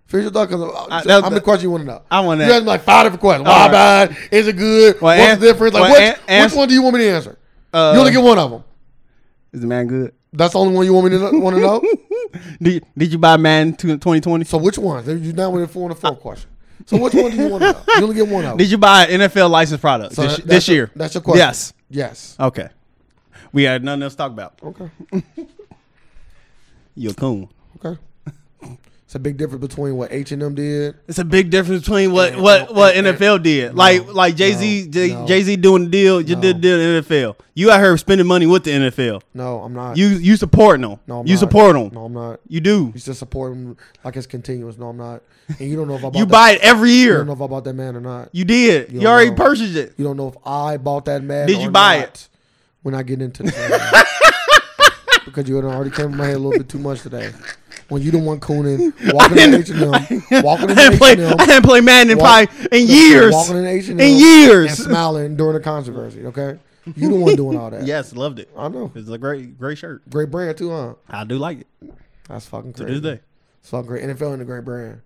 S2: Finish your thought because
S1: I-
S2: how
S1: that-
S2: many questions you want to know?
S1: I wanna-
S2: You asked me like five different questions.
S1: All
S2: Why
S1: right.
S2: bad? Is it good?
S1: Well,
S2: What's
S1: an-
S2: the difference? Like
S1: well,
S2: which,
S1: an-
S2: which
S1: answer-
S2: one do you want me to answer?
S1: Uh,
S2: you only get one of them.
S1: Is the man good?
S2: That's the only one you want me to want to know.
S1: Did, did you buy man to- 2020?
S2: So which one? You now with a four and a four question. So which one do you want to know? You only get one of them.
S1: Did you buy an NFL licensed product
S2: So
S1: this,
S2: that-
S1: this
S2: that's your-
S1: year?
S2: that's your question.
S1: Yes.
S2: Yes.
S1: Okay. We had nothing else to talk about.
S2: Okay.
S1: You're a coon.
S2: Okay. It's a big difference between what H and M did.
S1: It's a big difference between what what what NFL did. Like like Jay Z
S2: no, no.
S1: Jay Z doing the deal. You did the deal in NFL. You out here spending money with the NFL.
S2: No, I'm not.
S1: You you supporting them.
S2: no, I'm
S1: you
S2: not.
S1: support them.
S2: No, I'm not.
S1: You do.
S2: You just support him like it's continuous. No, I'm not. And you don't know if I bought
S1: You
S2: that,
S1: buy it every
S2: You don't
S1: year.
S2: know if I bought that man or not.
S1: You did. You, already purchased it.
S2: You don't know if I bought that man.
S1: Did you
S2: or
S1: buy
S2: not.
S1: it?
S2: We're not getting into this because you done already came in my head a little bit too much today. When you the one cooning, walking in H and M, walking
S1: I
S2: in
S1: hadn't
S2: H
S1: played.
S2: and
S1: I
S2: M,
S1: hadn't played Madden in
S2: Walk-
S1: probably in years.
S2: walking in H and M,
S1: In
S2: and
S1: years.
S2: smiling during the controversy. Okay, you the one doing all that.
S1: Yes, loved it.
S2: I know.
S1: It's a great great shirt.
S2: Great brand too, huh?
S1: I do like it
S2: That's fucking
S1: to
S2: crazy.
S1: this day.
S2: It's fucking great. NFL ain't a great brand.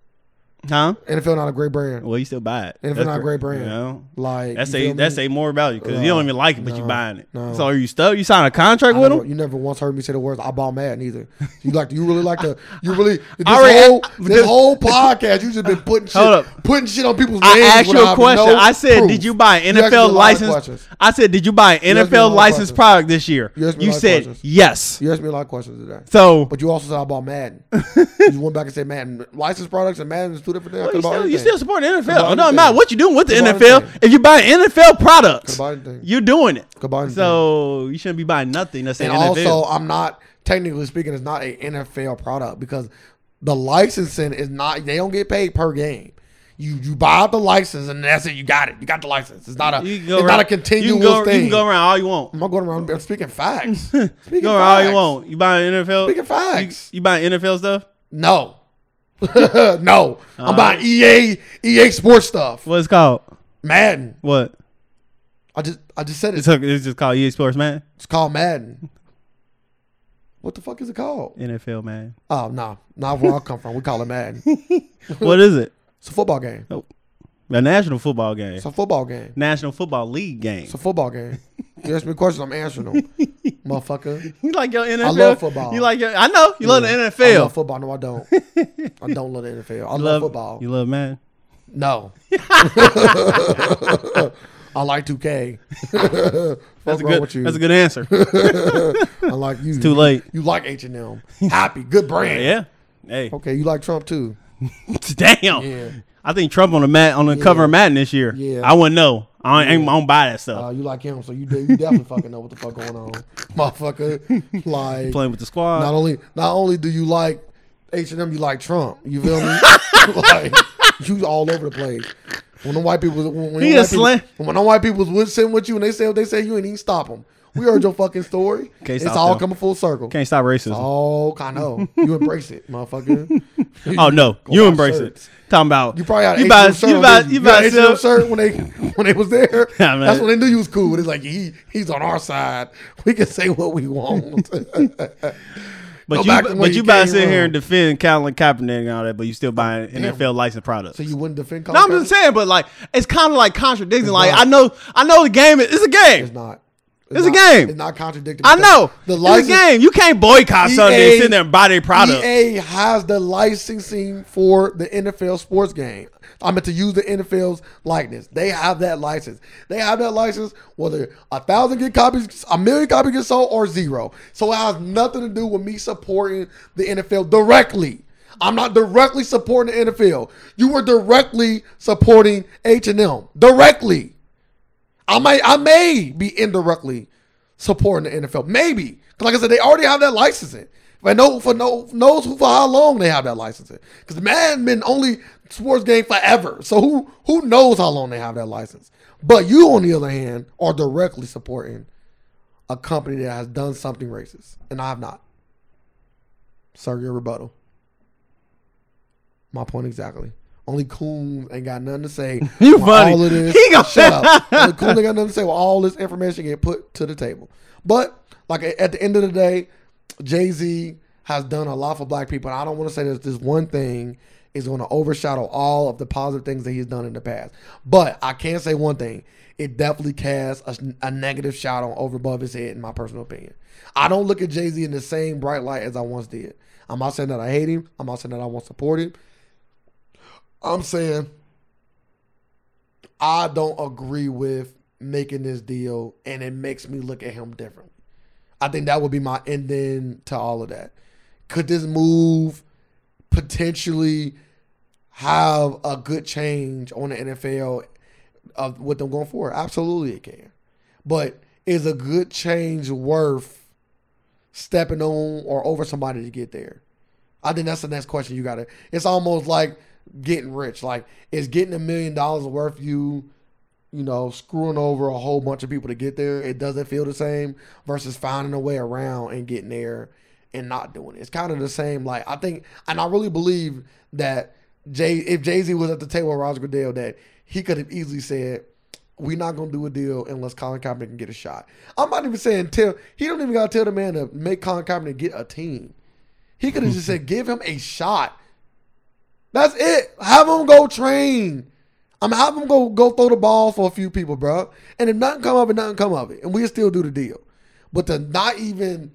S1: Huh?
S2: NFL not a great brand.
S1: Well, you still buy it.
S2: NFL
S1: That's
S2: not a great brand.
S1: You know?
S2: Like
S1: That
S2: you
S1: say
S2: feel
S1: that
S2: me?
S1: say more about you because you don't even like it, but you
S2: No,
S1: buying it.
S2: no.
S1: So are you stuck? You sign a contract
S2: I
S1: with
S2: never-
S1: them?
S2: You never once heard me say the words "I bought mad" neither. You like you really like to you really this
S1: already-
S2: whole
S1: I-
S2: this,
S1: this-
S2: whole podcast you just been putting shit
S1: Hold up.
S2: putting shit on people's
S1: I
S2: names
S1: asked you
S2: without
S1: a question.
S2: no
S1: I said,
S2: proof.
S1: did you buy
S2: You
S1: an
S2: asked me a lot
S1: NFL
S2: of
S1: license?
S2: questions.
S1: I said, did you buy an
S2: asked me a lot
S1: NFL
S2: of
S1: licensed
S2: questions.
S1: product this year?
S2: You asked me a
S1: You
S2: lot of
S1: said
S2: questions.
S1: yes.
S2: You asked me a lot of questions today.
S1: So
S2: But you also said I bought Madden. you just went back and said Madden. Licensed products and Madden is two different things. I
S1: you
S2: could buy
S1: still, you
S2: anything.
S1: still support the
S2: about
S1: NFL. No, no
S2: anything.
S1: matter what you doing with the
S2: About
S1: NFL,
S2: anything.
S1: if you buy NFL products,
S2: Could buy anything.
S1: you're doing it.
S2: Could buy anything.
S1: So you shouldn't be buying nothing that's an
S2: and
S1: NFL.
S2: also, I'm not technically speaking, it's not a NFL product because the licensing is not. They don't get paid per game. You you buy out the license and that's it. You got it. You got the license. It's not a
S1: you
S2: it's
S1: can go
S2: not a
S1: around-
S2: continuous
S1: you can go,
S2: thing.
S1: You can go around all you want.
S2: I'm not going around. I'm speaking facts. Speaking
S1: You go around all
S2: facts.
S1: you want. You buying NFL?
S2: Speaking facts.
S1: You buying NFL stuff?
S2: No. no, I'm buying E EA EA Sports stuff.
S1: What it's called?
S2: Madden.
S1: What?
S2: I just I just said it.
S1: It's, it's just called EA Sports, man.
S2: It's called Madden. What the fuck is it called?
S1: NFL, man.
S2: Oh no, not where I come from. We call it Madden.
S1: what is it?
S2: It's a football game.
S1: A national football game.
S2: It's a football game.
S1: National Football League game.
S2: It's a football game. You ask me questions, I'm answering them, motherfucker.
S1: you like your NFL?
S2: love football.
S1: You like your? I know you love the
S2: I love
S1: NFL.
S2: football. No, I don't. I don't love the NFL. I love, football.
S1: You love man.
S2: No. I like 2K.
S1: That's
S2: What's
S1: a
S2: wrong
S1: good.
S2: with you?
S1: That's a good answer.
S2: I like you.
S1: Too late.
S2: You like H and M. Happy, good brand.
S1: Yeah. Hey.
S2: Okay, you like Trump too.
S1: Damn.
S2: Yeah.
S1: I think Trump on the mat on the cover of Madden this year.
S2: Yeah.
S1: I wouldn't know. I ain't, I don't buy that stuff.
S2: Uh, you like him, so you de- you definitely fucking know what the fuck going on, motherfucker. Like
S1: Playing with the squad.
S2: not only not only do you like H and M, you like Trump. You feel me? like you all over the place. When the white people, was- when, when,
S1: He
S2: the
S1: a
S2: white
S1: slant.
S2: people when the white people was with- sitting with you and they said what they said, you ain't even stop them. We heard your fucking story.
S1: Can't
S2: it's
S1: stop
S2: all
S1: them.
S2: coming full circle.
S1: Can't stop racism.
S2: Oh, kind of. You embrace it, motherfucker.
S1: Oh no,
S2: Go
S1: you
S2: buy
S1: embrace
S2: shirts.
S1: it. Talking about
S2: You probably had
S1: you
S2: an
S1: buy
S2: H&M shirt.
S1: you
S2: on,
S1: buy
S2: didn't
S1: you
S2: You had
S1: buy
S2: an H&M
S1: self.
S2: shirt when they when they was there.
S1: Yeah, man.
S2: That's when they knew you was cool. It's like he he's on our side. We can say what we want. Go
S1: But
S2: back to
S1: you
S2: when
S1: but
S2: you
S1: you about
S2: came
S1: to sit here
S2: from.
S1: and defend Colin Kaepernick and all that, but you still buying NFL licensed products.
S2: so you wouldn't defend.
S1: no,
S2: Colin
S1: I'm just
S2: Kaepernick?
S1: saying, but like it's kind of like contradicting. Like
S2: not.
S1: I know I know the game is it's a game.
S2: It's not.
S1: It's a
S2: not-
S1: game.
S2: It's not contradicting.
S1: I
S2: because
S1: know
S2: the
S1: it's a
S2: license. E
S1: game. You can't boycott something and
S2: EA
S1: sit there and buy their product.
S2: EA E has the licensing for the NFL sports game. I meant to use the NFL's likeness. They have that license. They have that license whether a thousand get copies, a million copies get sold, or zero. So it has nothing to do with me supporting the NFL directly. I'm not directly supporting the NFL. You were directly supporting H and M directly. I might, I may be indirectly supporting the NFL. Maybe, 'Cause like I said, they already have that licensing. But no, for no knows who for how long they have that licensing. Because Madden been only sports game forever. So who who knows how long they have that license? But you, on the other hand, are directly supporting a company that has done something racist, and I have not. Sir, your rebuttal. My point exactly. Only Coon ain't got nothing to say.
S1: You
S2: with
S1: funny.
S2: All of this.
S1: He gonna-
S2: Shut up. Only Coon ain't got nothing to say. With all this information get put to the table. But like at the end of the day, Jay Z has done a lot for Black people, and I don't want to say that this one thing is going to overshadow all of the positive things that he's done in the past. But I can say one thing: it definitely casts a, a negative shadow over above his head, in my personal opinion. I don't look at Jay Z in the same bright light as I once did. I'm not saying that I hate him. I'm not saying that I won't support him. I'm saying I don't agree with making this deal, and it makes me look at him differently. I think that would be my ending to all of that. Could this move potentially have a good change on the NFL of what them going forward? Absolutely, it can. But is a good change worth stepping on or over somebody to get there? I think that's the next question you got to. It's almost like getting rich. Like, is getting a million dollars worth you, you know, screwing over a whole bunch of people to get there? It doesn't feel the same versus finding a way around and getting there and not doing it. It's kind of the same. Like, I think, and I really believe that Jay, if Jay Z was at the table with Roger Goodell, that he could have easily said, we're not gonna do a deal unless Colin Kaepernick can get a shot. I'm not even saying tell he don't even gotta tell the man to make Colin Kaepernick get a team. He could have just said, give him a shot. That's it. Have them go train. I'm gonna have them go go throw the ball for a few people, bro. And if nothing come of it, nothing come of it, and we still do the deal. But to not even,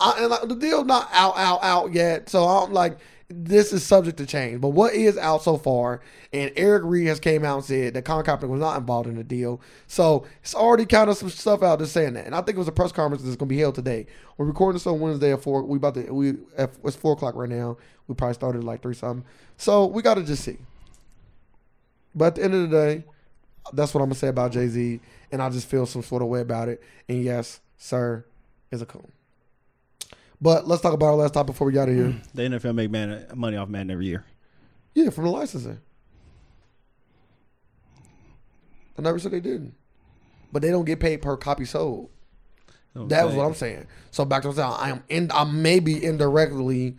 S2: I, and like, the deal's not out, out, out yet. So I'm like, this is subject to change. But what is out so far, and Eric Reed has came out and said that Colin Kaepernick was not involved in the deal. So it's already kind of some stuff out there saying that. And I think it was a press conference that's going to be held today. We're recording this on Wednesday at four. We about to we at, it's four o'clock right now. We probably started at like three something. So we got to just see. But at the end of the day, that's what I'm gonna say about Jay Z, and I just feel some sort of way about it. And yes, sir, is a coon. But let's talk about our last topic before we get out of here.
S1: The NFL make man, money off Madden every year.
S2: Yeah, from the licensing. I never said they didn't, but they don't get paid per copy sold. That was what I'm saying. So back to what I'm saying, I am in, I may be indirectly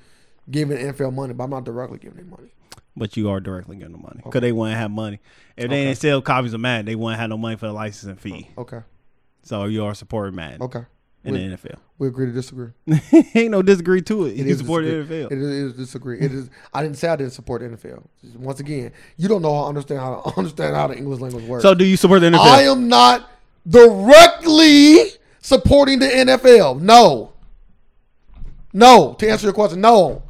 S2: giving NFL money, but I'm not directly giving them money.
S1: But you are directly getting the money because they wouldn't have money if they didn't sell copies of Madden. They wouldn't have no money for the licensing fee.
S2: Okay,
S1: So you are supporting Madden
S2: okay,
S1: in
S2: we-
S1: the NFL.
S2: we agree to disagree.
S1: Ain't no disagree to it. you
S2: is
S1: support the
S2: disagree-
S1: NFL.
S2: It is, it is disagree. It is. I didn't say I didn't support the NFL. Once again, you don't know how understand how understand how the English language works.
S1: so do you support the NFL?
S2: I am not directly supporting the NFL. No. No. To answer your question, no.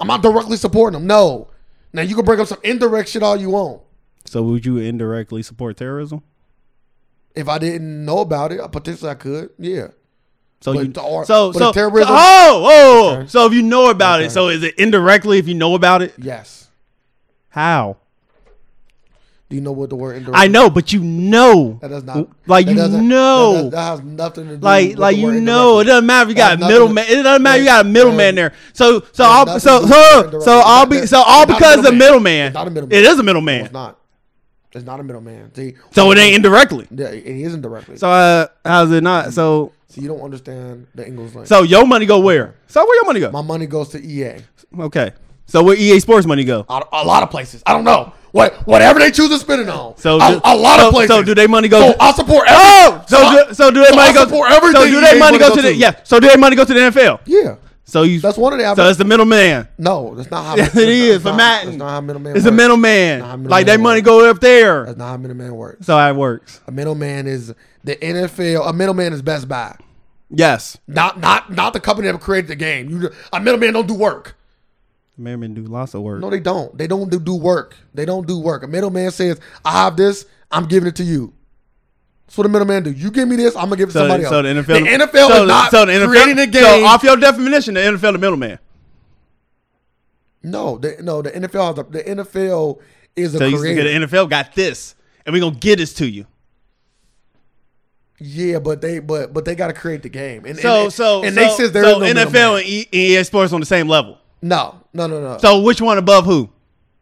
S2: I'm not directly supporting them. No. Now you can bring up some indirect shit all you want.
S1: so would you indirectly support terrorism?
S2: If I didn't know about it, potentially I could. Yeah.
S1: So
S2: But
S1: you
S2: the ar-
S1: so
S2: but
S1: so,
S2: the terrorism-
S1: so- oh oh oh.
S2: Okay.
S1: so if you know about it,
S2: Okay.
S1: so is it indirectly if you know about it?
S2: Yes.
S1: How
S2: Do you know what the word indirect?
S1: I know, but you know,
S2: That does not.
S1: Like,
S2: that
S1: you
S2: doesn't-
S1: know.
S2: That, does- that has nothing to do.
S1: like
S2: with
S1: like
S2: the
S1: you know,
S2: word
S1: it
S2: indirectly.
S1: doesn't matter if you
S2: That
S1: got a
S2: has nothing to-
S1: middleman. It doesn't matter if you got a
S2: has-
S1: middleman there. So so
S2: has
S1: I'll,
S2: nothing
S1: so
S2: to do with
S1: so
S2: indirectly.
S1: so all be so all
S2: It's not a
S1: because the
S2: middleman.
S1: middleman.
S2: It's not a middleman.
S1: It is a
S2: No, it's
S1: middleman.
S2: not. It's not a middleman. See,
S1: So it ain't indirectly.
S2: Yeah, it isn't directly. So,
S1: So uh, how's it not? So
S2: you don't understand the English language.
S1: so your money go where? So where your money go?
S2: my money goes to EA.
S1: Okay. So where EA Sports money go?
S2: A, a lot of places. I don't know what whatever they choose to spend it on.
S1: So
S2: So
S1: do-
S2: a, a lot
S1: so-
S2: of places.
S1: so do they money go
S2: So
S1: to-
S2: I support. Every,
S1: Oh, so
S2: I-
S1: do, so do they
S2: so
S1: money
S2: I
S1: go?
S2: support
S1: To,
S2: everything E
S1: so do they
S2: EA
S1: money
S2: wanna
S1: go to
S2: go
S1: the?
S2: to.
S1: Yeah. So do they money go to the NFL?
S2: yeah,
S1: So you.
S2: that's one of the.
S1: so that's the middleman.
S2: no, that's not how.
S1: Yes, it is
S2: that's
S1: for
S2: not-
S1: Madden.
S2: That's not how middleman.
S1: It's a
S2: works.
S1: middleman.
S2: Nah, middleman
S1: like that money
S2: works.
S1: go up there.
S2: That's not how middleman works.
S1: So how it works.
S2: A middleman is the NFL. A middleman is Best Buy.
S1: Yes.
S2: Not not not the company that created the game. You a middleman don't do work.
S1: Merriman do lots of work.
S2: No, they don't. They don't do, do work. They don't do work. A middleman says, "I have this. I'm giving it to you." That's what a middleman do. You give me this, I'm gonna give it to
S1: so,
S2: somebody
S1: so
S2: else.
S1: the NFL,
S2: the NFL
S1: so
S2: is
S1: the-
S2: not
S1: so the NFL
S2: creating a game.
S1: So off your definition, the NFL the middleman.
S2: no, the, no, the NFL, the, the NFL is a
S1: So you
S2: creator.
S1: say the NFL got this, and we are gonna get this to you.
S2: yeah, but they, but but they got to create the game. And
S1: So
S2: and,
S1: so
S2: and
S1: so,
S2: they says there
S1: so
S2: is no
S1: NFL
S2: middleman.
S1: and E- EA Sports on the same level.
S2: No, no, no, no.
S1: So which one above who?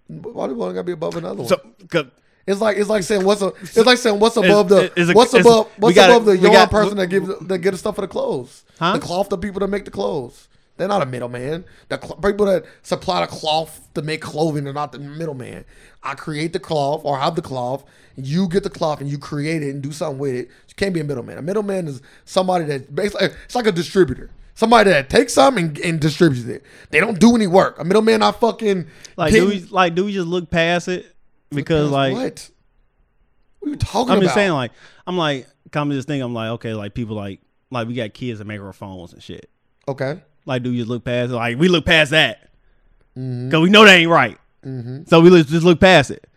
S2: Why do one gotta be above another one?
S1: So c-
S2: It's like it's like saying what's a, it's like saying what's above
S1: It's-
S2: the
S1: it's a-
S2: what's
S1: it's a-
S2: above
S1: we
S2: what's
S1: gotta-
S2: above the
S1: we
S2: yarn
S1: got-
S2: person that gives that get the stuff for the clothes,
S1: Huh?
S2: the cloth, the people that make the clothes. They're not a middleman. The cl- people that supply the cloth to make clothing are not the middleman. I create the cloth or have the cloth. You get the cloth and you create it and do something with it. You can't be a middleman. A middleman is somebody that basically it's like a distributor. Somebody that takes something and, and distributes it. They don't do any work. A middleman, I fucking
S1: like do
S2: didn't-
S1: we like do we just look past it because
S2: Past
S1: like
S2: what? What are you talking
S1: I'm
S2: about?
S1: just saying like I'm like come to this thing I'm like okay like people like like we got kids that make our phones and shit.
S2: Okay.
S1: Like do you just look past it? like we look past that
S2: Mm-hmm.
S1: because we know that ain't right. So we just just look past it.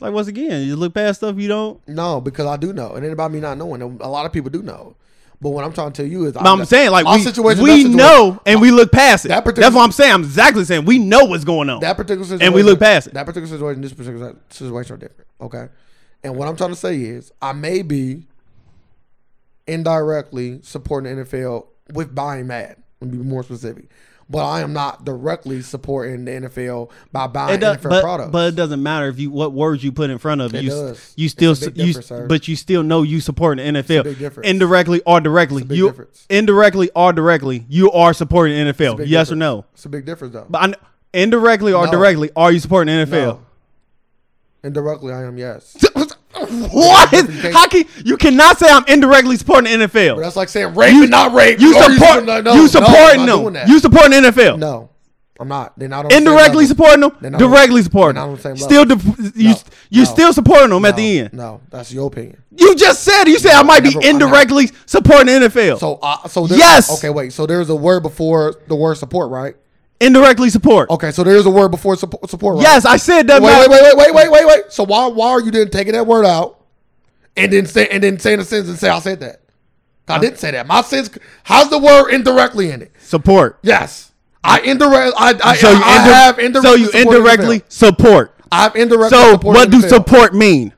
S1: Like once again, you just look past stuff you don't.
S2: No, because I do know. It ain't about me not knowing. A lot of people do know. But what I'm trying to tell you is,
S1: But I'm saying like
S2: our
S1: we,
S2: situation,
S1: we
S2: that situation-
S1: know and we look past it.
S2: That particular-
S1: That's what I'm saying. I'm exactly saying we know what's going on.
S2: that particular situation,
S1: and we look past it.
S2: That particular situation, this particular situation are different. Okay. And what I'm trying to say is, I may be indirectly supporting the NFL with buying Madden. Let me be more specific. But I am not directly supporting the NFL by buying
S1: It does,
S2: NFL
S1: but,
S2: products.
S1: but it doesn't matter if you what words you put in front of it.
S2: It
S1: You,
S2: does.
S1: you
S2: It's
S1: still
S2: a big
S1: you,
S2: difference, sir.
S1: but you still know you supporting the NFL
S2: big difference.
S1: indirectly or directly.
S2: big
S1: you
S2: difference.
S1: indirectly or directly you are supporting the NFL.
S2: Big
S1: Yes
S2: difference.
S1: or no?
S2: It's a big difference, though.
S1: But I, kn- indirectly or
S2: No.
S1: directly are you supporting the NFL?
S2: No. Indirectly, I am yes.
S1: What? How can you cannot say I'm indirectly supporting the
S2: But
S1: NFL?
S2: that's like saying rape
S1: You-
S2: and not rape.
S1: You
S2: Or
S1: support
S2: no,
S1: you
S2: no,
S1: supporting
S2: I'm not doing
S1: them.
S2: that.
S1: You supporting the NFL.
S2: no, I'm not. They're not on
S1: Indirectly
S2: The same level.
S1: supporting
S2: They're
S1: them,
S2: not on-
S1: directly supporting
S2: they're not
S1: them.
S2: on the same level.
S1: Still, def- you
S2: No,
S1: you
S2: no,
S1: still supporting them at
S2: No,
S1: the end.
S2: No, that's your opinion.
S1: You just said you said I might be
S2: never- I never-
S1: indirectly supporting the NFL.
S2: So, uh, so there's-
S1: Yes!
S2: Okay, wait. So there's a word before the word support, right?
S1: indirectly support.
S2: Okay, so there's a word before support, support right?
S1: Yes, I said that.
S2: Wait,
S1: Matt.
S2: wait, wait, wait, wait, wait, wait, wait. So why, why are you then taking that word out, and then say, and then saying a sentence and say I said that? I didn't say that. My sense. How's the word indirectly in it?
S1: Support.
S2: Yes, I indirect. I, I,
S1: So you,
S2: I
S1: indi-
S2: have indirectly.
S1: so you
S2: supported
S1: indirectly
S2: NFL.
S1: support.
S2: I've indirectly.
S1: So
S2: supported
S1: what do
S2: NFL.
S1: support mean?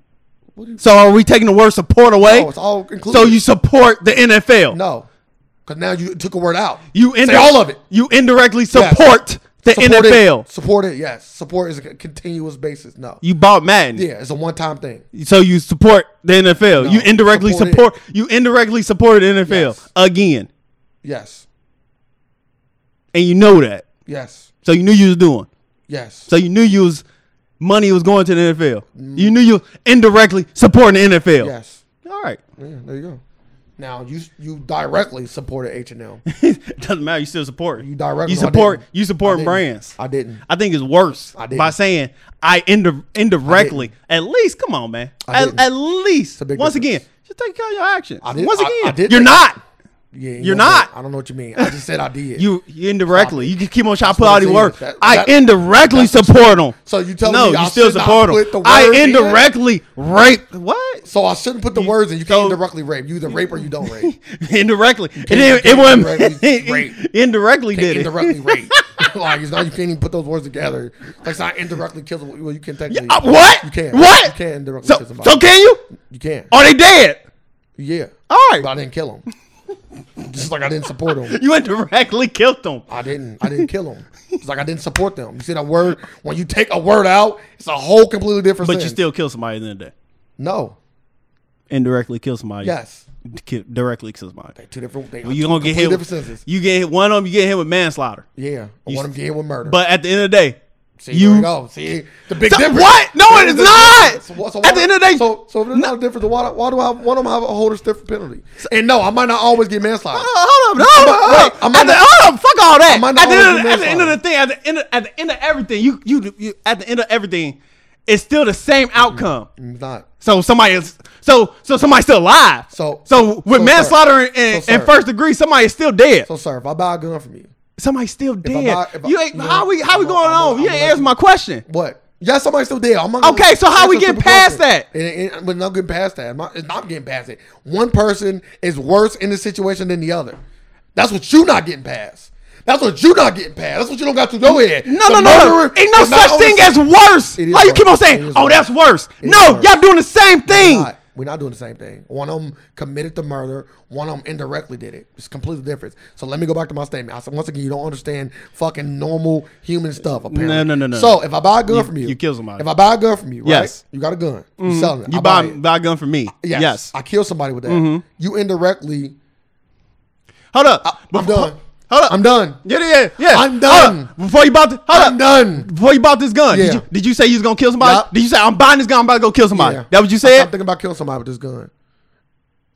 S2: What do you-
S1: So are we taking the word support away?
S2: No, Oh, it's all included.
S1: so you support the NFL.
S2: no, because now you took a word out.
S1: You
S2: say
S1: indi-
S2: all of it.
S1: You indirectly support the
S2: Support it-
S1: NFL.
S2: Support it. Yes, support is a continuous basis. No.
S1: You bought Madden.
S2: yeah, it's a one-time thing.
S1: So you support the NFL.
S2: No,
S1: you indirectly
S2: support
S1: support, you indirectly supported the NFL
S2: Yes.
S1: again.
S2: Yes,
S1: And you know that.
S2: yes,
S1: So you knew you was doing.
S2: yes.
S1: So you knew you was money was going to the NFL. You knew you indirectly supporting the NFL.
S2: Yes.
S1: All right.
S2: Yeah, there you go. Now you you directly supported H and M.
S1: Doesn't matter. You still support.
S2: You directly-
S1: You
S2: no, I
S1: support.
S2: didn't.
S1: You support
S2: I didn't.
S1: brands.
S2: I didn't.
S1: I think it's worse
S2: I didn't.
S1: by saying I indi- indirectly. at least, come on, man.
S2: I
S1: At,
S2: didn't.
S1: at least,
S2: a big
S1: once
S2: difference.
S1: again, just take all your actions.
S2: I didn't-
S1: Once
S2: I-
S1: again,
S2: I did
S1: you're
S2: take-
S1: not.
S2: Yeah, you
S1: You're
S2: know what I'm
S1: not.
S2: saying? I don't know what you mean. I just said I did.
S1: You, you indirectly.
S2: it.
S1: You can keep on trying to
S2: That's
S1: put
S2: what
S1: all
S2: I'm
S1: these
S2: saying.
S1: words.
S2: That-
S1: I
S2: that-
S1: indirectly
S2: that's what
S1: support them.
S2: So you telling
S1: no,
S2: me
S1: you
S2: I
S1: still
S2: should not
S1: support
S2: put the
S1: them. I
S2: word in?
S1: indirectly rape. What?
S2: so I shouldn't put the words in. You
S1: so-
S2: can't directly rape. You either rape or you don't rape.
S1: indirectly. It,
S2: you
S1: didn't- it
S2: can't
S1: wasn't.
S2: indirectly rape.
S1: indirectly did it.
S2: indirectly rape. like it's not you can't even put those words together. Like it's not indirectly kill. somebody. Well, you can technically.
S1: Uh, what?
S2: You can.
S1: What?
S2: You can indirectly
S1: So,
S2: kill somebody.
S1: so can Oh. you?
S2: you can.
S1: Are they dead?
S2: Yeah.
S1: All right.
S2: But I didn't kill him. Just like I didn't support him.
S1: You indirectly killed them.
S2: I didn't. I didn't kill them. It's like I didn't support them. You see that word? When you take a word out, it's a whole completely different.
S1: But you
S2: sentence.
S1: still kill somebody at the end of the day.
S2: no.
S1: Indirectly kill somebody.
S2: Yes.
S1: Ki- directly kill somebody.
S2: Two different. They,
S1: Well, you gonna
S2: two
S1: get hit.
S2: completely Different sentences.
S1: You get hit one of them. You get hit with manslaughter.
S2: Yeah. I want them to get hit with murder.
S1: But at the end of the day,
S2: see,
S1: you-
S2: there you go. oh, See the big
S1: So-
S2: difference.
S1: what? No,
S2: There's
S1: it
S2: a
S1: is
S2: difference.
S1: not!
S2: what-
S1: At the
S2: why-
S1: end of the day-
S2: so so if there's not a difference, why, do- why do I want them to have a whole different penalty? And no, I might not always get manslaughter.
S1: Uh, hold up, hold up, hold up.
S2: Wait, I'm
S1: At
S2: on
S1: the-
S2: the-
S1: hold up, fuck all that.
S2: I'm on the
S1: At the, end of,
S2: Oliver
S1: at the end of
S2: Manslaughter.
S1: the thing, at the end, at the end of everything, you, you, you, at the end of everything, it's still the same outcome.
S2: It's not.
S1: So somebody is, so, so somebody's still alive.
S2: So-
S1: so with
S2: so, sir.
S1: manslaughter and, and,
S2: So,
S1: and
S2: sir.
S1: first degree, somebody is still dead.
S2: So sir, if I buy a gun from you,
S1: Somebody's still
S2: I
S1: dead.
S2: buy- if I-
S1: you ain't,
S2: you know,
S1: how we, how we
S2: I'm a-
S1: going
S2: I'm a-
S1: on? you
S2: I'm a
S1: ain't answering my question.
S2: what? Yeah, somebody still dead. I'm not gonna-
S1: Okay, so how we
S2: That's
S1: get
S2: a simple
S1: past
S2: question.
S1: that?
S2: It- it- We're not getting past that. I'm not, it's not getting past it. One person is worse in the situation than the other. That's what you not getting past. That's what you not getting past. That's what you don't got to know here.
S1: No, no, no, no. Ain't no such thing as worse.
S2: It is
S1: Like you keep on
S2: worse. It
S1: saying,
S2: is
S1: oh,
S2: worse.
S1: that's worse.
S2: It
S1: no,
S2: is worse.
S1: y'all doing the same thing.
S2: Not. We're not doing the same thing. One of them committed the murder. One of them indirectly did it. It's completely different. So let me go back to my statement. I said once again, you don't understand fucking normal human stuff. Apparently.
S1: No, no, no, no.
S2: So if I buy a gun
S1: You-
S2: from you,
S1: you kill somebody.
S2: If I buy a gun from you, right?
S1: Yes. Mm-hmm.
S2: You got a gun. You selling it.
S1: You
S2: I
S1: buy,
S2: it.
S1: buy a gun from me.
S2: Yes.
S1: yes. Mm-hmm.
S2: I kill somebody with that. You indirectly.
S1: Hold up.
S2: I'm
S1: Before-
S2: done.
S1: Hold up.
S2: I'm done.
S1: Yeah, yeah, yeah, yeah.
S2: I'm
S1: Hold
S2: done.
S1: up. Before you bought the, hold
S2: I'm
S1: up.
S2: done.
S1: Before you bought this gun,
S2: Yeah.
S1: did, you, did you say you was gonna kill somebody?
S2: Yup.
S1: Did you say I'm buying this gun? I'm about to go kill somebody.
S2: Yeah.
S1: That what you
S2: I'm
S1: said?
S2: thinking about killing somebody with this gun.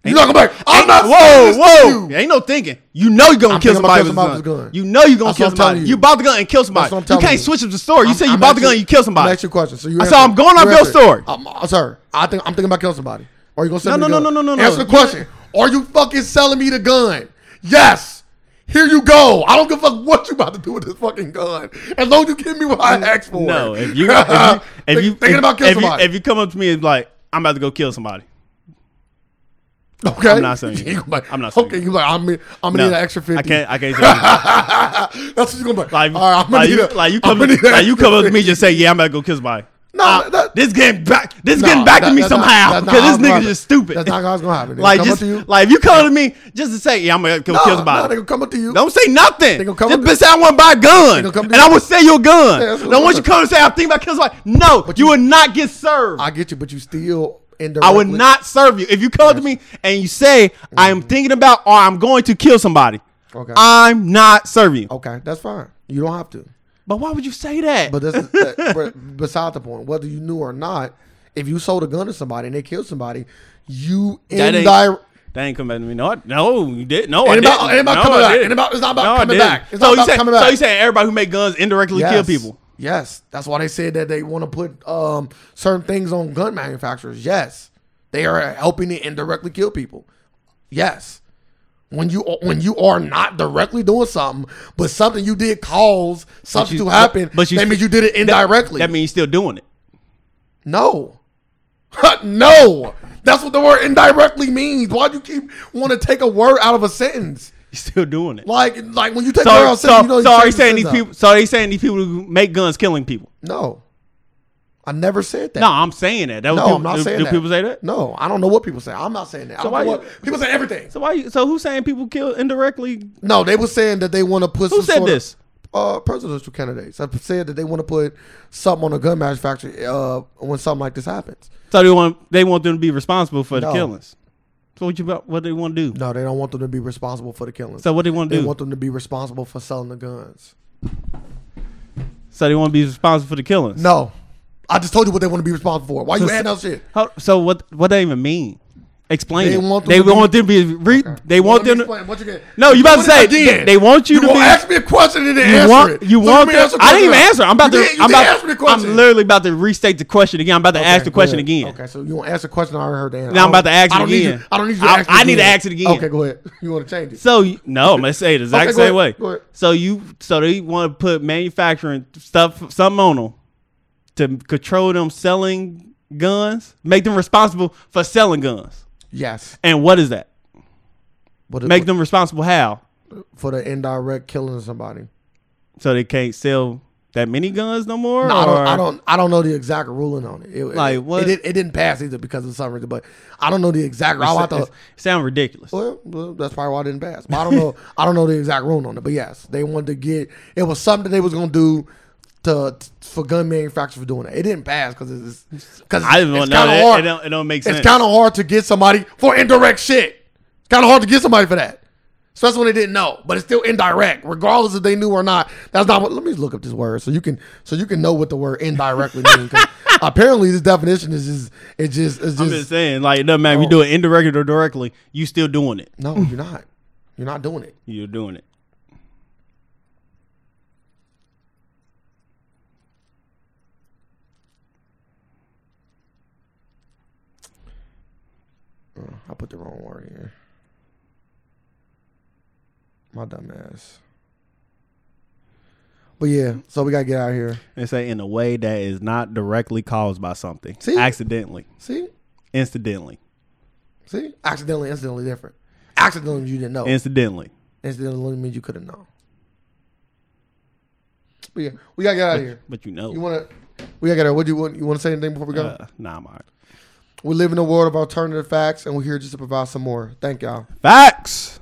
S2: You not gonna back. I'm
S1: Ain't-
S2: not.
S1: whoa,
S2: saying this to
S1: whoa!
S2: you.
S1: Ain't no thinking. You know you gonna
S2: I'm
S1: kill
S2: thinking
S1: somebody,
S2: about killing
S1: with, this
S2: somebody
S1: gun.
S2: with this gun.
S1: You know you gonna
S2: That's
S1: kill
S2: what I'm telling
S1: somebody. You.
S2: you.
S1: bought the gun and kill somebody.
S2: what I'm
S1: you
S2: telling
S1: can't
S2: you.
S1: switch up the story. You
S2: I'm-
S1: said you bought
S2: I'm
S1: the
S2: asking-
S1: gun and you kill somebody.
S2: I'm asking you a question. So you
S1: I
S2: answer
S1: saw
S2: it.
S1: I'm going off
S2: You
S1: your
S2: answer it.
S1: story.
S2: I'm, uh, sir, I think I'm thinking about killing somebody. Or are you gonna sell
S1: No,
S2: me
S1: no,
S2: the
S1: no,
S2: gun?
S1: no, no, no,
S2: Answer
S1: no.
S2: the question. Are you fucking selling me the gun? Yes. Here you go. I don't give a fuck what you about to do with this fucking gun. As long as you give me what I asked for.
S1: No, if you, if you, if
S2: Think-
S1: you
S2: thinking
S1: if,
S2: about killing
S1: if you-
S2: somebody.
S1: if you come up to me and be like I'm about to go kill somebody,
S2: okay.
S1: I'm not saying you.
S2: You like,
S1: I'm not saying
S2: Okay,
S1: you.
S2: you like I'm. I'm gonna
S1: no,
S2: need an extra fifty.
S1: I can't. I can't. Say anything.
S2: That's what you're gonna be.
S1: Like,
S2: Like, All right, I'm gonna
S1: like,
S2: need
S1: you,
S2: a,
S1: like you
S2: I'm
S1: come,
S2: gonna need an
S1: like you
S2: extra
S1: come up to me
S2: 50.
S1: just say, "Yeah, I'm about to go kill somebody."
S2: No,
S1: Uh,
S2: that-
S1: this getting back, this
S2: No,
S1: getting back to
S2: that-
S1: me
S2: that's not-
S1: somehow
S2: that's not
S1: because this
S2: how it's
S1: nigga
S2: gonna
S1: just
S2: happen.
S1: stupid.
S2: That's not how it's gonna happen. They
S1: Like
S2: come up
S1: just
S2: to you.
S1: like if you come to me just to say, "Yeah, I'm gonna go
S2: No,
S1: kill
S2: No,
S1: somebody,"
S2: they gonna come up to you.
S1: don't say nothing.
S2: They gonna come
S1: Just
S2: up to-
S1: say I want to buy a gun,
S2: gonna come
S1: and
S2: to
S1: I
S2: you.
S1: will sell you a gun.
S2: Yeah, that's what
S1: now,
S2: I'm
S1: once you
S2: gonna-
S1: come and say, "I'm thinking about killing somebody," no, you,
S2: you-
S1: will not get served. I,
S2: I get you, but you still indirectly.
S1: would not serve you if you come up to me and you say, "I am thinking about or I'm going to kill somebody."
S2: Mm. Okay.
S1: I'm not serving you.
S2: Okay, that's fine. You don't have to.
S1: But why would you say that?
S2: But this is that, but beside the point. Whether you knew or not, if you sold a gun to somebody and they killed somebody, you
S1: That ain't-
S2: indirect.
S1: They ain't come back to me. No, I, no, you did. No, I
S2: Ain't
S1: didn't.
S2: about, ain't about
S1: no,
S2: coming
S1: I
S2: back.
S1: didn't.
S2: Ain't about, it's not
S1: No,
S2: about
S1: I
S2: coming
S1: didn't.
S2: back. It's
S1: so
S2: not
S1: you
S2: about
S1: said,
S2: coming back.
S1: So you saying everybody who make guns indirectly kill
S2: Yes.
S1: people?
S2: Yes, that's why they said that they want to put um, certain things on gun manufacturers. Yes, they are helping to indirectly kill people. Yes, when you when you are not directly doing something, but something you did cause something
S1: you-
S2: to happen,
S1: but you-
S2: that means you did it indirectly.
S1: That means you still doing it.
S2: no, no, that's what the word indirectly means. Why do you keep want to take a word out of a sentence?
S1: You still doing it.
S2: Like like when you take a word out
S1: So,
S2: of
S1: so,
S2: a sentence, you know you
S1: so are you
S2: changed the
S1: saying these
S2: sentence
S1: people? So they saying these people who make guns killing people?
S2: up. No, I never said that.
S1: No, I'm saying that. that was
S2: Eh. No,
S1: people,
S2: I'm not
S1: do,
S2: saying
S1: do
S2: that.
S1: people say that?
S2: No, I don't know what people say. I'm not saying that. I don't
S1: why
S2: know
S1: you-
S2: what- people say everything.
S1: So why? You, so who's saying people kill indirectly?
S2: No, they were saying that they want to put.
S1: Who
S2: some
S1: said
S2: sort of-
S1: this?
S2: uh, presidential candidates have said that they want to put something on a gun manufacturer uh, when something like this happens.
S1: So they want they want them to be responsible for the
S2: No.
S1: killings. So what you about? What they want to do?
S2: No, they don't want them to be responsible for the killings.
S1: So what they want to
S2: they
S1: do?
S2: want them to be responsible for selling the guns.
S1: so they want to be responsible for the killings.
S2: No, I just told you what they want to be responsible for. Why you
S1: So-
S2: adding that shit?
S1: How, so what? What they even mean? Explain.
S2: They
S1: it.
S2: want them
S1: they
S2: to be-
S1: want them to be. Re, They want them. To,
S2: What you get?
S1: No, you about to
S2: doing it
S1: say, they- they want you to
S2: gonna
S1: be-
S2: ask me a question and then
S1: you
S2: answer
S1: want.
S2: it.
S1: You
S2: So
S1: want.
S2: let me
S1: them-
S2: answer the
S1: I didn't
S2: question
S1: even
S2: now.
S1: answer. I'm about
S2: You
S1: to.
S2: did- you
S1: I'm
S2: did
S1: about.
S2: ask me the question.
S1: I'm literally about to restate the question again. I'm about to ask
S2: Okay,
S1: the
S2: go
S1: question
S2: ahead.
S1: again.
S2: Okay, so you want to ask the question I already heard the answer.
S1: Now I'm about
S2: I don't-
S1: to ask it
S2: I don't need
S1: again.
S2: you- I don't need you to
S1: I-
S2: ask it
S1: I need to ask it again.
S2: Okay, go ahead. You want to change it?
S1: So you- no, I'm gonna say it the exact
S2: Okay, go
S1: same
S2: ahead.
S1: way.
S2: Go ahead.
S1: So you so they want to put manufacturing stuff something on them to control them selling guns, make them responsible for selling guns.
S2: Yes.
S1: And what is that?
S2: But
S1: Make them responsible how?
S2: for the indirect killing of somebody.
S1: So they can't sell that many guns no more.
S2: No, I don't,
S1: Or-
S2: I don't. I don't know the exact ruling on it. it
S1: Like,
S2: it,
S1: what?
S2: It, didn't- it didn't pass either because of some reason. But I don't know the exact. I
S1: It
S2: want
S1: sa-
S2: to.
S1: it sound ridiculous.
S2: Well, well, that's probably why it didn't pass. But I don't know. I don't know the exact ruling on it. But yes, they wanted to get. It was something they was gonna do to for gun manufacturers for doing that. It didn't pass because it's because
S1: I didn't
S2: it's
S1: want
S2: kind
S1: no.
S2: of
S1: It, it
S2: hard.
S1: don't. It don't make sense.
S2: It's kind of hard to get somebody for indirect shit. It's kind of hard to get somebody for that. Especially when they didn't know, but it's still indirect, regardless if they knew or not. That's not what. Let me just look up this word so you can so you can know what the word indirectly means. 'Cause Apparently, this definition is just it just it's
S1: I'm
S2: just,
S1: just saying, like it doesn't matter if
S2: Oh.
S1: you do it indirectly or directly. You still doing it.
S2: no. You're not. You're not doing it.
S1: You're doing it.
S2: Oh, I put the wrong word here. My dumb ass. But yeah, so we gotta get out of here.
S1: and say in a way that is not directly caused by something,
S2: See?
S1: accidentally,
S2: See,
S1: incidentally,
S2: see, accidentally, incidentally different. Accidentally, means you didn't know.
S1: incidentally.
S2: Incidentally means you couldn't know. But yeah, we gotta get out of here.
S1: But you know,
S2: You wanna? We gotta get out. What do you want? You wanna say anything before we go?
S1: uh, nah, I'm all right.
S2: we live in a world of alternative facts, and we're here just to provide some more. Thank y'all.
S1: Facts.